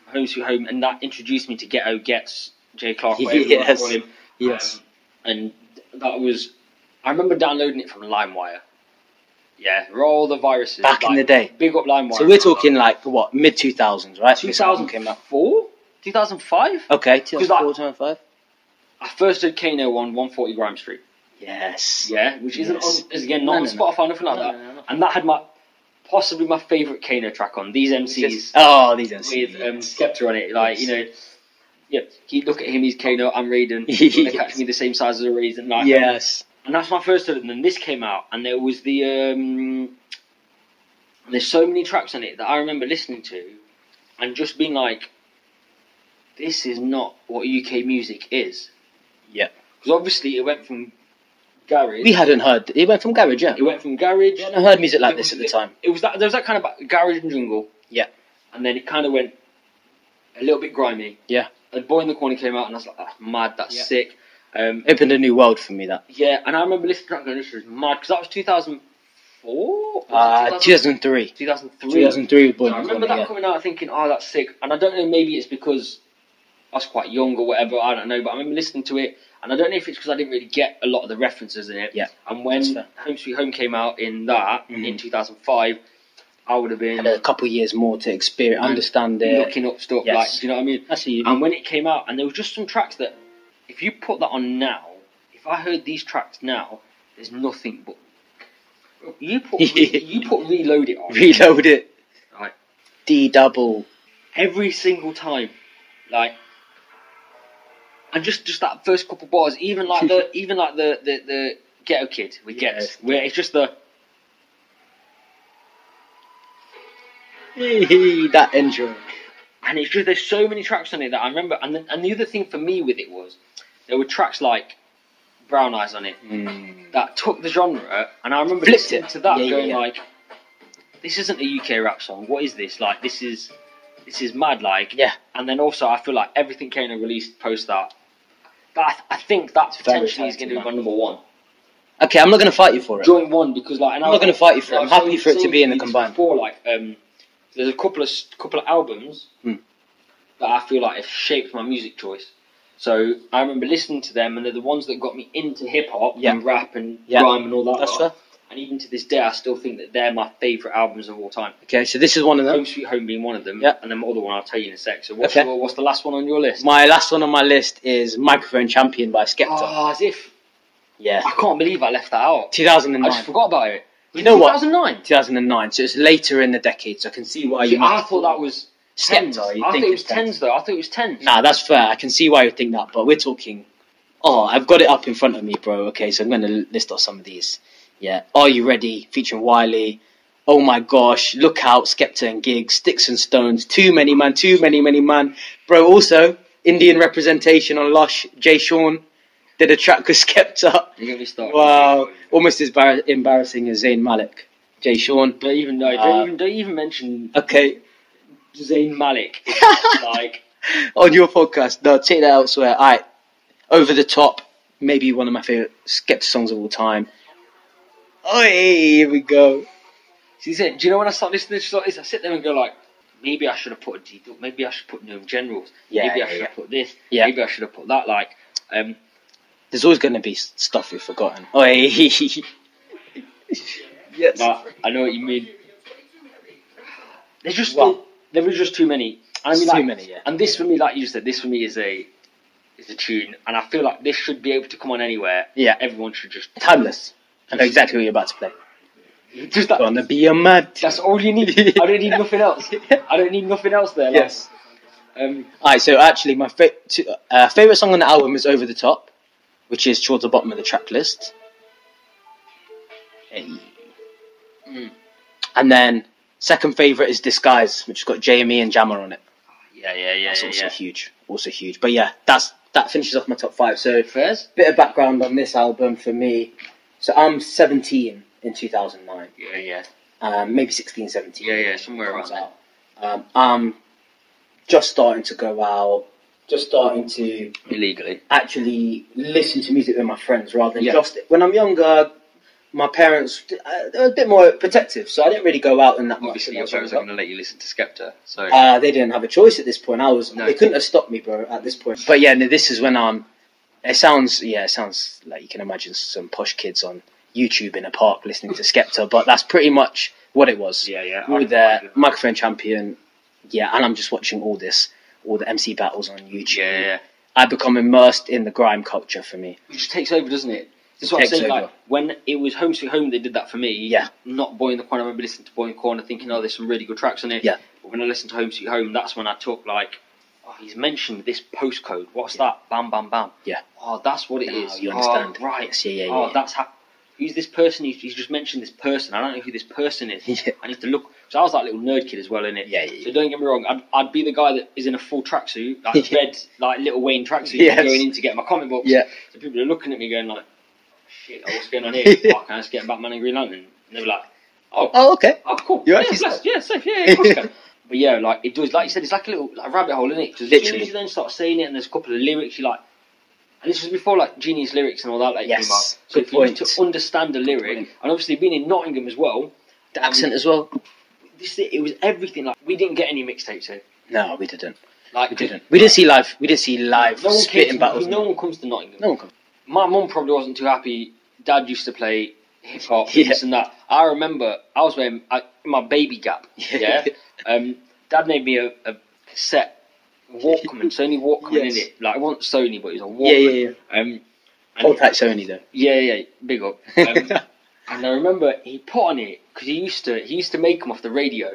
Home Sweet Home, and that introduced me to Ghetto Gets Jay Clark. whatever you wanna yes. call him. Yes. Um, and that was, I remember downloading it from LimeWire. Yeah, roll the viruses. Back in Um, like, the day. Big up LimeWire. So we're talking like what mid two thousands, right? This album came out. 2004? 2005? Okay, two Because thousand I- four, two thousand five. I first heard Kano on 140 Grime Street. Yes. Yeah, which isn't Yes. on, is again No, not no, on no. Spotify, nothing like No, that. no, no. And that had my possibly my favourite Kano track on. These MCs Oh, these are with um, Skepta on it. Like, you know, yeah, you look at him, he's Kano, I'm Raiden. Yes. They catch me the same size as a Raiden. Like, Yes. and that's my first edit. And then this came out, and there was the um, there's so many tracks on it that I remember listening to, and just being like, this is not what UK music is. Yeah. Because obviously it went from garage. We hadn't heard. It went from garage, yeah. it went from garage. We hadn't heard music like this at the time. It was that there was that kind of garage and jungle. Yeah. And then it kind of went a little bit grimy. Yeah. And Boy in the Corner came out, and I was like, that's mad. That's Yeah. sick. Um, Opened a new world for me. That yeah, and I remember listening to that going, this was mad, because that was 2004? uh, two thousand three. 2003. Two thousand three with Boy So I Band remember that Corner, coming out thinking, oh, that's sick. And I don't know, maybe it's because I was quite young or whatever, I don't know, but I remember listening to it, and I don't know if it's because I didn't really get a lot of the references in it. Yeah, And when that's fair. Home Sweet Home came out in that, Mhm. in 2005, I would have yeah. been Had a couple years more to experience, And understand it. looking up stuff, Yes. like, do you know what I mean? I see. And when it came out, and there were just some tracks that, if you put that on now, if I heard these tracks now, there's nothing but. You put re- you put reload it on Reload it. Right. D double. every single time, like, and just just that first couple bars, even like the even like the the, the ghetto kid with Yeah, gets it's- where it's just the that intro. and it's just there's so many tracks on it that I remember, and the, and the other thing for me with it was there were tracks like Brown Eyes on it Hmm. that took the genre, and I remember Flipped listening it. to that Yeah, yeah, going yeah. like, "This isn't a UK rap song. What is this? Like, this is this is mad." Like, Yeah. And then also, I feel like everything Kano released post that, that I think that very potentially is going to be talented, my number one, Okay, I'm not going to fight you for it. joint one, because like, and I'm I not was- going to fight you for it. I I'm was happy saying- for it to saying be in the this combined. Before, like, um, there's a couple of s- couple of albums Hmm. that I feel like have shaped my music choice. So I remember listening to them, and they're the ones that got me into hip hop Yeah. and rap and Yeah. grime and all that. That's lot. fair. And even to this day, I still think that they're my favourite albums of all time. Okay, so this is one of them. Home Sweet Home being one of them, Yeah. and then the other one I'll tell you in a sec. So what's, Okay. your, what's the last one on your list? My last one on my list is Microphone Champion by Skepta. Ah, as if yeah. I can't believe I left that out. I 2009. just forgot about it. You know what? 2009. 2009, so it's later in the decade, so I can see why you. I thought that was Skepta. I you thought think it was it's tens. tens though. I thought it was tens. Nah, that's fair. I can see why you think that, but we're talking. Oh, I've got it up in front of me, bro. Okay, so I'm going to list off some of these. Yeah. Are you ready? Featuring Wiley. Oh my gosh! Look out, Skepta and Gigs, Sticks and Stones. Too many man. Too many many man, bro. Also, Indian representation on Lush. Jay Sean. did a track with Skepta. You're gonna be starting. Wow, almost as bar- embarrassing as Zayn Malik, Jay Sean. Don't even know. Uh, Don't even don't even mention Okay, Zayn Malik. like on your podcast, no, take that elsewhere. I over the top, maybe one of my favorite Skepta songs of all time. Oh, here we go. see, Zayn, do you know when I start listening to shit like this? I sit there and go like, maybe I should have put a D. Maybe I should put Gnome Generals. Yeah, maybe I yeah, should have yeah. put this. Yeah. Maybe I should have put that. Like, um, There's always going to be s- stuff we've forgotten. Oh, yes. but I know what you mean. There's just Wow. there was just too many. I mean, It's like, too many, yeah. And this for me, like you said, this for me is a is a tune, and I feel like this should be able to come on anywhere. Yeah. everyone should just Timeless. I know exactly what you're about to play. just that. Gonna be a mad. That's all you need. I don't need nothing else. I don't need nothing else there. Like, Yes. Um, Alright, so actually, my fa- two, uh, favorite song on the album is Over the Top, which is towards the bottom of the track list. Hey. Mm. And then, second favorite is Disguise, which has got Jamie and Jammer on it. yeah, yeah, yeah, That's yeah. also yeah. huge. Also huge. But yeah, that's that finishes off my top five. So, Fairs? bit of background on this album for me. So, I'm 17 in 2009, Yeah, yeah, um, maybe 16, 17. yeah, yeah. Somewhere around comes that. out. Um, I'm just starting to go out, just starting to Illegally. actually listen to music with my friends rather than Yeah. just when I'm younger. My parents uh, they were a bit more protective, so I didn't really go out in that much. Obviously, when I your was parents younger. aren't going to let you listen to Skepta, so Uh, they didn't have a choice at this point. I was No. they couldn't have stopped me, bro. At this point, but yeah, no, this is when I'm. It sounds yeah, it sounds like you can imagine some posh kids on YouTube in a park listening to Skepta, but that's pretty much what it was. yeah, yeah. We were I- there, I- microphone champion. Yeah, and I'm just watching all this, all the MC battles on YouTube. Yeah, yeah, yeah. I become immersed in the grime culture for me. It just takes over, doesn't it? That's what I'm Takes saying. over. Like when it was Home Sweet Home, they did that for me. Yeah. Not Boy in the Corner. I remember listening to Boy in the Corner, thinking, "Oh, there's some really good tracks on it." Yeah. But when I listened to Home Sweet Home, that's when I took like, "Oh, he's mentioned this postcode. What's Yeah. that? Bam, bam, bam." Yeah. Oh, that's what it Now is. you Oh, understand. right. Yes, yeah, yeah, oh, yeah. that's how. Who's this person? He's, he's just mentioned this person. I don't know who this person is. Yeah. I need to look. So I was that little nerd kid as well, innit? Yeah, yeah, yeah. So don't get me wrong. I'd, I'd be the guy that is in a full tracksuit, like Yeah. red, like little Wayne tracksuit, Yes. going in to get my comic books. Yeah. So people are looking at me, going like, "Shit, oh, what's going on here? Why can't I just get Batman and Green Lantern?" And they're like, "Oh, Oh, okay. oh, cool. You're yeah, actually blessed. yeah, safe. Yeah, yeah, of course I can." But yeah, like it does. Like you said, it's like a little like, rabbit hole, isn't it? Because as soon Literally. as you then start saying it, and there's a couple of lyrics, you like. And this was before like genius lyrics and all that. Like came Yes. out. So Good if you need point. to understand a lyric, Good and obviously being in Nottingham as well, The Um, accent as well. this it was everything. Like we didn't get any mixtapes here. No, we didn't. Like We didn't. We didn't see live. We didn't see live No one, spitting came, battles. no one comes to Nottingham. no one. Comes. my mum probably wasn't too happy. Dad used to play hip hop, Yeah. this and that. I remember I was wearing I, my baby gap. Yeah. Yeah. um, Dad made me a, a cassette Walkman, Sony Walkman Yes. in it. Like it wasn't Sony, but it was a Yeah, Walkman. yeah, yeah. Um, and- Old type Sony though. yeah, yeah, yeah, big up. Um, and I remember he put on it because he used to he used to make them off the radio.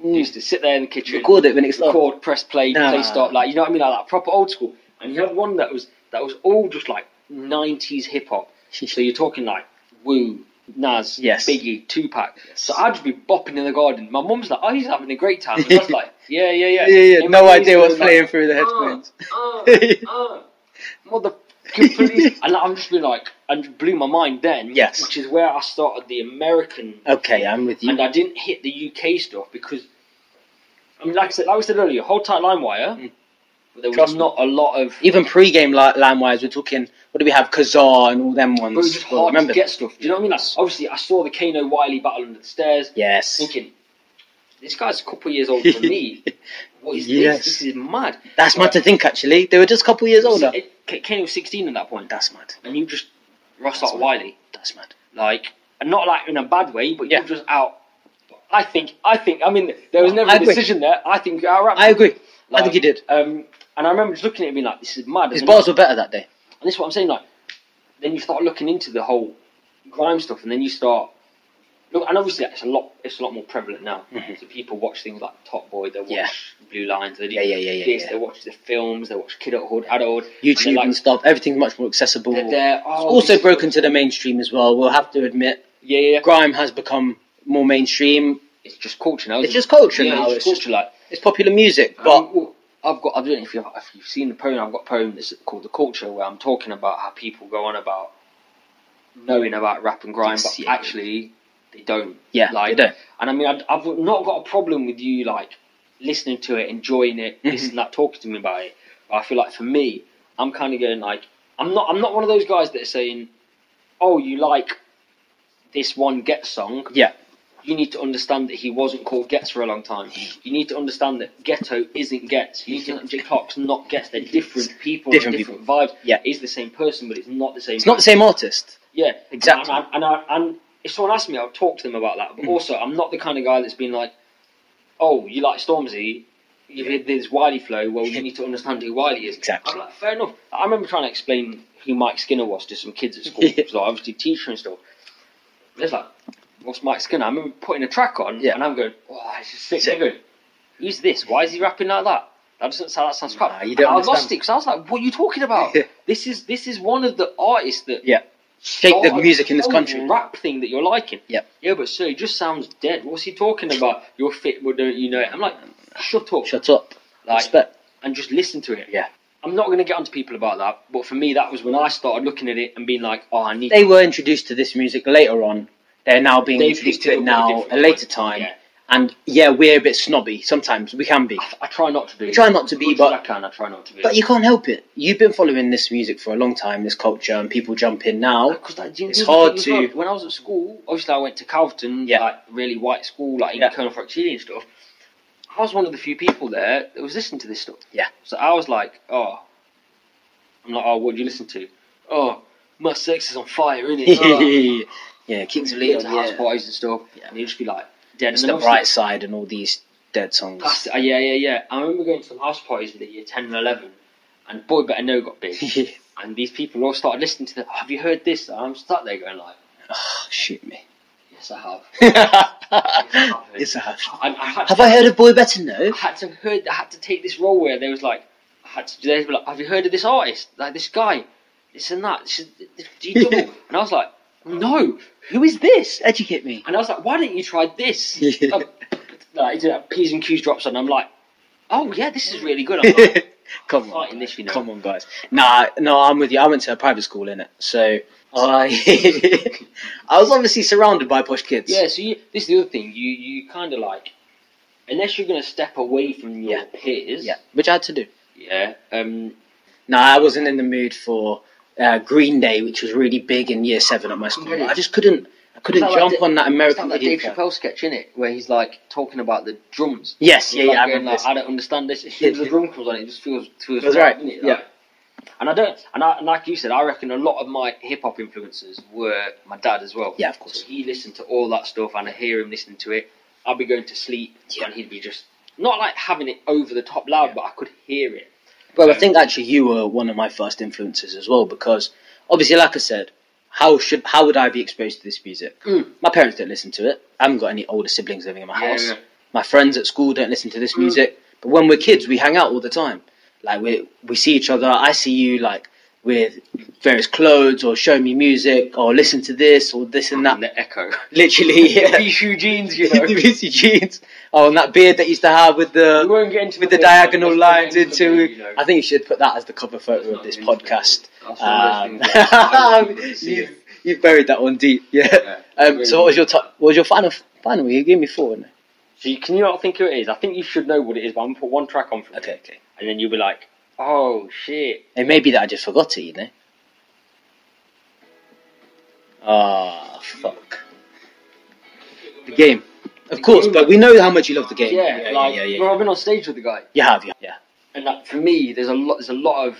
He used to sit there in the kitchen, Record it when it's done. Mm. record, press play, Nah. play stop, like you know what I mean, like that proper old school. And he had one that was that was all just like nineties hip hop. So you're talking like Woo, Nas, Yes. Biggie, Tupac. Yes. So I'd just be bopping in the garden. My mum's like, "Oh, he's having a great time." And I was like, "Yeah, yeah, yeah." Yeah, yeah. And No my idea what's mum's like, playing through the headphones. "Uh, uh, uh, motherfucking police!" and I'm just being like, and it blew my mind then. Yes. which is where I started the American Okay, I'm with you. and I didn't hit the UK stuff because, I mean, like I said, like I said earlier, hold tight line wire. Mm. But there was Trust me. not a lot of. Even pre-game li- line-wise, we're talking. What do we have? Kazar and all them But ones. it was just Well, hard remember? to get stuff. Do you know what I mean? Like, obviously, I saw the Kano Wiley battle under the stairs, Yes. thinking, this guy's a couple years older than me. What is Yes. this? This is mad. That's mad to think, actually. They were just a couple years older. It- K- Kano was 16 at that point, That's mad. and you just rushed That's out mad. Wiley. That's mad. Like, and not like in a bad way, but Yeah. you're just out. I think, I think, I mean, there was No, never I a agree. decision there. I think you out I agree. I Like, think he did. Um, and I remember just looking at it and being like, this is mad. His And bars were better that day. and this is what I'm saying, like, then you start looking into the whole grime stuff, and then you start look, and obviously it's a lot, it's a lot more prevalent now. Mhm. So people watch things like Top Boy, they watch Yeah. Blue Lines, they do Yeah, yeah, yeah, yeah, this, yeah. they watch the films, they watch Kidulthood, Adulthood, YouTube and they're and like, stuff. Everything's much more accessible. they're, there, oh, It's also this- broken to the mainstream as well. We'll have to admit, Yeah, yeah, yeah. grime has become more mainstream. It's just culture now. It's isn't just culture it? Yeah, now. It's just culture, like, It's popular music, but but I've got. I don't know if you've, if you've seen the poem. I've got a poem that's called "The Culture," where I'm talking about how people go on about knowing about rap and grime, Yes, but yeah. actually they don't. Yeah, Like- they do. And I mean, I'd, I've not got a problem with you like listening to it, enjoying it, this Mhm. and that, talking to me about it. But I feel like for me, I'm kind of going like, I'm not. I'm not one of those guys that are saying, "Oh, you like this one Get song." Yeah. You need to understand that he wasn't called Gets for a long time. Mm-hmm. You need to understand that Ghetto isn't Gets. You need to understand that J. Clark's not Gets. They're different people, Mm-hmm. Different different vibes. Yeah. It's the same person, but it's not the same. It's not the same artist. Yeah, Exactly. And, I, and, I, and if someone asked me, I'll talk to them about that. But Mhm. also, I'm not the kind of guy that's been like, "Oh, you like Stormzy? You yeah. there's Wiley flow. Well, you need to understand who Wiley is." Exactly. I'm like, fair enough. I remember trying to explain who Mike Skinner was to some kids at school because I obviously teacher and stuff. It's like, what's Mike Skinner? I remember putting a track on, Yeah. and I'm going, "Oh, this is sick." Sick. They're going, "Who's this? Why is he rapping like that?" That doesn't sound. That sounds crap. Nah, you And don't I lost it understand. because I was like, "What are you talking about? Yeah. this is this is one of the artists that Shake the Oh, music in this oh, country. Rap thing that you're liking. Yep. Yeah, but sir, it just sounds dead. What's he talking about? You're fit, well, don't you know it? I'm like, shut up. Shut up. like, Respect. and just listen to it. Yeah. I'm not going to get onto people about that, but for me, that was when I started looking at it and being like, oh, I need They were introduced to this music later on. They're now being They introduced picked to it it up at a now, different a later point. time. Yeah. And yeah, we're a bit snobby sometimes. We can be. I, I try not to be. We try not to As be, much as but- I can, I try not to be. But you can't help it. You've been following this music for a long time, this culture, and people jump in now. Because like, do you- It's do you know hard the thing as to- well? When I was at school, obviously I went to Calverton, Yeah. like really white school, like in Yeah. Colonel Fractini and stuff. I was one of the few people there that was listening to this stuff. Yeah. So I was like, oh, I'm like, oh, what do you listen to? Oh, my sex is on fire, isn't it? Oh. yeah, Kings of Leon, Leon, to house yeah. parties and stuff, Yeah. and you'd just be like, dead. It's And the then bright side and all these dead songs. obviously- uh, yeah, yeah, yeah. I remember going to some house parties in the year ten and eleven, and Boy Better Know got big, Oh, and these people all started listening to the. Oh, have you heard this? And I'm sat there going like, Oh, shoot me. yes, I have. it's a hush. I, I had Have to, I heard of Boy Better No? I had to heard. I had to take this role where there was like, I had to. They were like, "Have you heard of this artist? Like this guy, this and that. This is this G double." and I was like, "No, who is this?" Educate me. And I was like, "Why don't you try this?" like, like, you know, P's and Q's drops on. I'm like, "Oh yeah, this is really good." I'm like, Come on. fighting this, you know. Come on, guys. Nah, no, I'm with you. I went to a private school innit? so Oh. I, I was obviously surrounded by posh kids. Yeah, so you, this is the other thing. You you kind of like, unless you're gonna step away from your Yeah. peers. yeah, which I had to do. Yeah. Um. No, I wasn't in the mood for uh, Green Day, which was really big in year seven at my school. Really? I just couldn't, I couldn't Is that jump like on that It's American like that video. Dave club. Chappelle sketch in it where he's like talking about the drums. Yes, yeah, Like, yeah, I going remember like, this. I don't understand this. As soon as the drum comes on, it just feels feels That's right, right, doesn't it? yeah. Like- and I don't, and, I, and like you said, I reckon a lot of my hip hop influences were my dad as well. Yeah, of course. So he listened to all that stuff, and I hear him listening to it. I'd be going to sleep, Yeah. and he'd be just not like having it over the top loud, Yeah. but I could hear it. Well, I think actually you were one of my first influences as well because obviously, like I said, how should how would I be exposed to this music? Mm. My parents don't listen to it. I haven't got any older siblings living in my Yeah, house. yeah. My friends at school don't listen to this Mm. music. But when we're kids, we hang out all the time. Like we we see each other. I see you like with various clothes or show me music or listen to this or this and that. And the echo. Literally, yeah. These shoe jeans, you know. the Vinci jeans. Oh, and that beard that you used to have with the We won't get into with the full thing, diagonal but lines it's into. you know. I think you should put that as the cover That's photo not of this really podcast. That's one Um, of those things that I don't even see you've, it. you've buried that one deep. Yeah. Yeah. Um, so what was your top, what was your final final? You gave me four. No? So you, can you not think who it is? I think you should know what it is, but I'm gonna put one track on from it, Okay, okay. and then you'll be like, "Oh shit!" It may be that I just forgot it. You know. Ah, fuck. The game. Of course, but we know how much you love the game. Yeah, like well, I've been on stage with the guy, You have, yeah. yeah. and like for me, there's a lot, there's a lot of,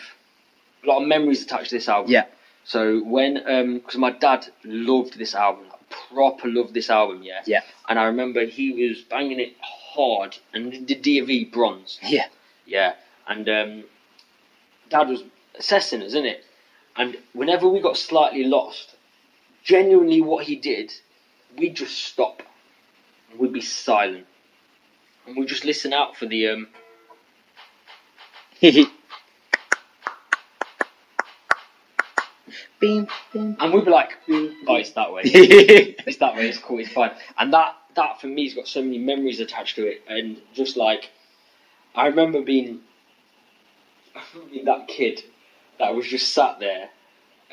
a lot of memories attached to this album. Yeah. So when, um, because my dad loved this album, like, proper loved this album, yeah. Yeah. And I remember he was banging it hard, and the DV bronze. Yeah. Yeah, and um, Dad was assessing us, innit? And whenever we got slightly lost, genuinely what he did, we'd just stop. And we'd be silent. And we'd just listen out for the. Um, Beam, beam. and we'd be like, oh, it's that way. it's that way. It's cool. It's fine. And that that for me has got so many memories attached to it, and just like I remember being probably that kid that was just sat there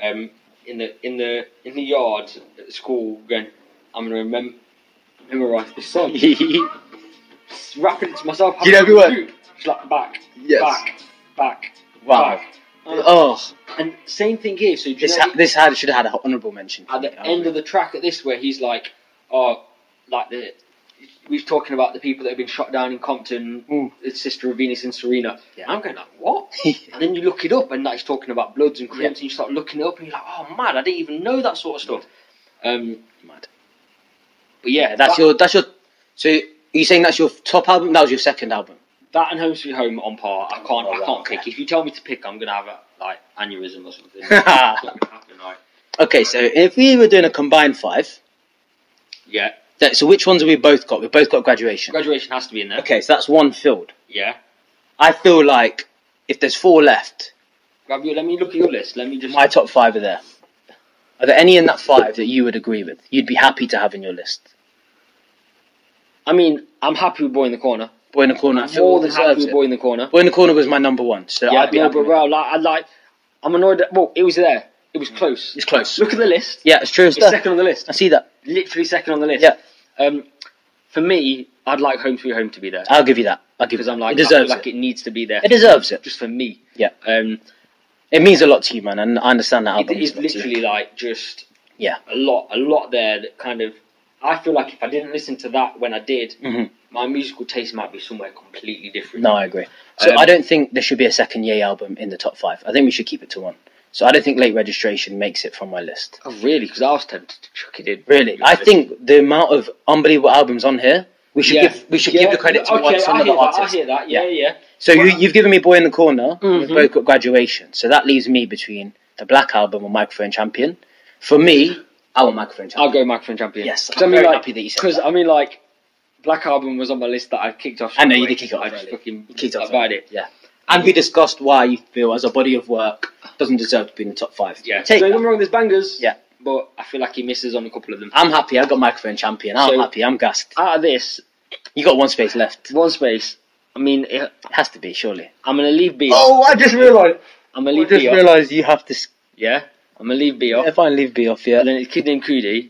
um, in the in the in the yard at school going, I'm gonna remember memorize this song. Just Rapping it to myself. Do you know having a everyone? hoot. Just like back, Yes. back, back, Wow. back. Oh, And same thing here. So do you this know ha- this had should have had an honourable mention. at the end of the track at this where he's like, oh, like the we was talking about the people that have been shot down in Compton, Mm. it's Sister of Venus and Serena. Yeah. I'm going like, what? and then you look it up, and like, he's talking about Bloods and Crims, and you start looking it up, and you're like, oh man, I didn't even know that sort of stuff. Um, Mad. But yeah, Yeah, that's that, your that's your. So are you saying that's your top album? That was your second album. that and Home Sweet Home on par. I can't, Oh, I wow, can't okay. pick. If you tell me to pick, I'm gonna have a like aneurysm or something. It's not gonna happen, like. Okay, so if we were doing a combined five, Yeah, that, so which ones have we both got? We both got graduation. graduation has to be in there. Okay, so that's one filled. Yeah, I feel like if there's four left, grab your. Let me look at your list. Let me just. my top five are there. Are there any in that five that you would agree with? You'd be happy to have in your list. I mean, I'm happy with Boy in the Corner. Boy in the corner, I I'm feel more than happy deserves with it. Boy in the Corner. Boy in the corner was my number one, so yeah, I'd be no, happy but with it. well, like, I like. I'm annoyed. That, well, it was there. It Mm. was close. It's close. Look at the list. Yeah, it's true. It's It's second on the list. I see that. Literally second on the list. Yeah. Um, for me, I'd like Home Sweet Home to be there I'll give you that. I'll give you because that. I'm like, Uh, it I feel deserves like it. it needs to be there. It deserves it. Just for me. Yeah. Um, It means a lot to you, man, and I understand that. it is album means a lot to you. literally like just Yeah. a lot, a lot there that kind of. I feel like if I didn't listen to that when I did, Mhm. my musical taste might be somewhere completely different. No, I agree. So Um, I don't think there should be a second Ye album in the top five. I think we should keep it to one. So I don't think Late Registration makes it from my list. Oh, really? Because I was tempted to chuck it in. Really, I think the amount of unbelievable albums on here, we should Yeah. give we should Yeah, give the credit to okay, one some I other hear that, I artist. hear that. Yeah, Yeah. yeah. So you, Well, you've given me Boy in the Corner. We've Mhm. both got Graduation. So that leaves me between the Black Album and Microphone Champion. For me, I want Microphone Champion. I'll go microphone champion. Yes, 'Cause I I'm mean, very like, happy that you said Because that. I mean, like, Black Album was on my list that I kicked off. I know, straight you did away. kick it off I just early. fucking You kicked it off about it. And we discussed why you feel as a body of work doesn't deserve to be in the top five. Yeah. Take Don't get that. me wrong, there's bangers. Yeah. But I feel like he misses on a couple of them. I'm happy. I got microphone champion. I'm So- happy. I'm gassed. Out of this You got one space left. It one space, I mean, it, has to be surely. I'm gonna leave B. Off. Oh, I just realised. I'm gonna I leave just B. Off. realised. You have to. Yeah. I'm gonna leave B off. If I leave B off, yeah. And then it's Kid Named Cudi,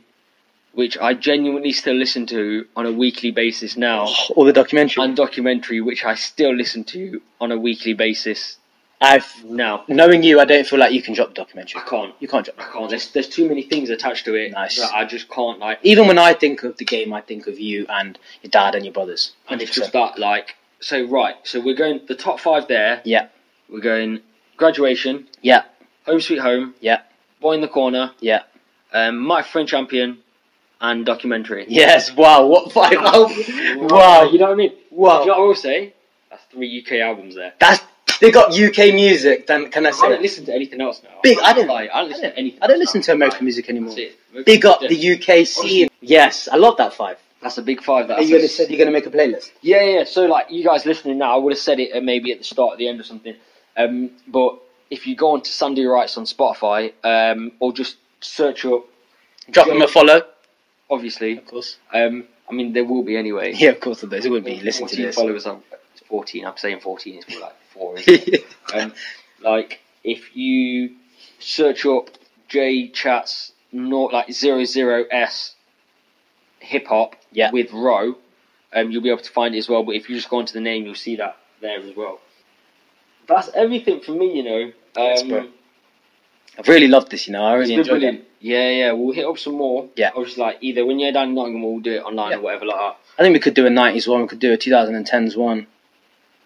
which I genuinely still listen to on a weekly basis now. Or the documentary. And documentary, which I still listen to on a weekly basis I've now. knowing you, I don't feel like you can drop the I documentary. can't. You can't drop. I can't. There's, there's too many things attached to it Nice. that I just can't like. Even when I think of the game, I think of you and your dad and your brothers. And it's just that like. So right. So we're going the top five there. Yeah. We're going graduation, Yeah, home sweet home. Yeah. Boy in the corner. yeah. Um, my friend champion, and documentary. Yes. Wow. What five albums? Wow. You know what I mean? Do you know Wow. what I will say? That's three UK albums there. That's they got UK music. Then can I I don't say? listen to anything else now. Big- I don't- like. I don't listen to anything. I don't else listen now. to American Like, music anymore. that's it. Big up the UK scene. Yes, I love that five. That's a big five. That's Are you a- gonna said you're gonna make a playlist? Yeah, yeah. So, like, you guys listening now, I would have said it uh, maybe at the start, at the end, or something. Um, but if you go on to Sunday Rights on Spotify, um, or just search up, Drop them a follow. obviously, Of course. um, I mean, there will be anyway. Yeah, of course. There would be. Listen to 14 this. followers. I'm, it's 14. I'm saying 14. It's more like 4. Isn't it? yeah, um, like, if you search up J Chats, not like 00S hip hop Yeah. with Row, um, you'll be able to find it as well. But if you just go onto the name, you'll see that there as well. That's everything for me, you know. Yes, Um, bro. I've really loved this. You know, I it's really been enjoyed brilliant. it. Yeah, yeah. We'll hit up some more. Yeah. Obviously, like either when you're down in Nottingham, we'll do it online Yeah. or whatever like that. I think we could do a '90s one. We could do a 2010s one.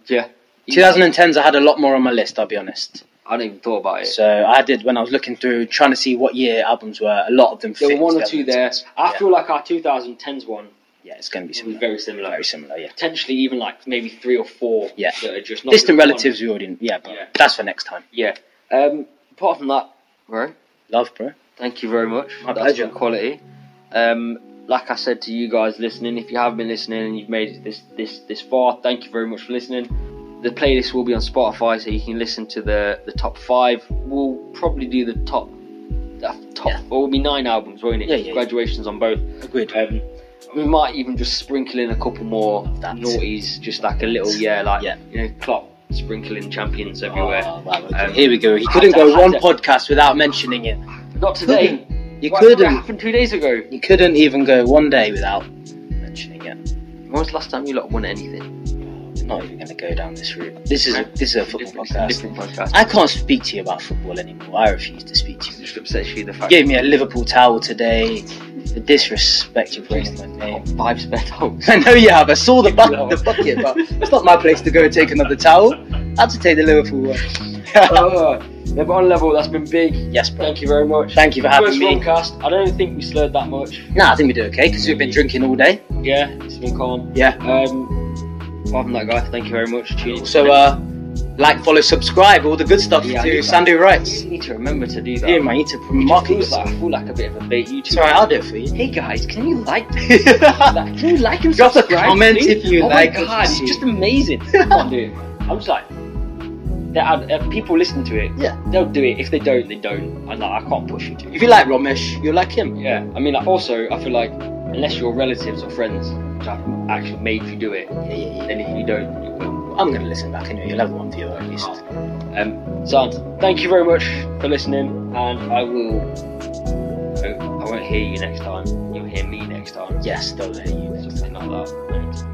Yeah. 2010s, I had a lot more on my list. I'll be honest. I hadn't even thought about it. So I did when I was looking through, trying to see what year albums were. A lot of them. There fit were one or together two into there. this. I yeah. feel like our 2010s one yeah, it's going to be was similar. very similar. Very similar. Yeah. Potentially even like maybe three or four Yeah. that are just not Distant really relatives, we already. Yeah, but Yeah. that's for next time. fun. Um, apart from that, right? Love, bro. Thank you very much. My That's pleasure. been quality. Um, like I said to you guys listening, if you have been listening and you've made it this this this far, thank you very much for listening. The playlist will be on Spotify, so you can listen to the the top five. We'll probably do the top the top. Yeah. Well, it'll be nine albums, won't it? Yeah, yeah, yeah. Graduations on both. Agreed. Um, we might even just sprinkle in a couple more That. noughties, just like a little yeah, like Yeah. you know, clock sprinkling champions everywhere. Oh, wow, okay. Um, Here we go. He I couldn't had to- go I one had podcast without mentioning it. Not today. You Why- That couldn't. happened two days ago. You couldn't even go one day without mentioning it. When was the last time you lot won anything? We're not even going to go down this route. This is a, Right. this is a football Different, it's a podcast. different podcast. I can't speak to you about football anymore. I refuse to speak to you. It just upsets you the You fact gave me a Liverpool towel today. The disrespect you placed in my name. got five spare towels. I know you have. I saw the, bu- the bucket, but it's not my place to go and take another towel. I had to take the Liverpool one. Uh, yeah, but on level, that's been big. yes, bro. Thank you very much. Thank you for having First me. Rollcast, I don't think we slurred that much. Nah, I think we do okay because we've been drinking all day. Yeah, it's been calm. Yeah. Um, apart from that, guys, thank you very much. Tune in. So, uh, like, follow, subscribe, all the good stuff Yeah, I to do that. Sandu Rights. you need to remember to do that. Yeah, man, you need to It just market feels like, yourself. I feel like a bit of a bait YouTube. It's alright, I'll do it for you. Hey guys, can you like this? Like, can you like and Drop a subscribe? comment please? if you oh like my what god, you it's see. just amazing. Come on, dude. I'm just like, there are, uh, people listen to it. Yeah. They'll do it. If they don't, they don't. And like, I can't push you to. If you like Romesh, you'll like him. Yeah, I mean, like, also, I feel like unless you're relatives or friends which have actually made you do it, Yeah, yeah, then if you don't, you will. yeah. I'm gonna listen back anyway. You'll have one viewer at least. Um, so, thank you very much for listening, and I will. I I won't hear you next time. You'll hear me next time. Yes, they'll hear you. Something like that.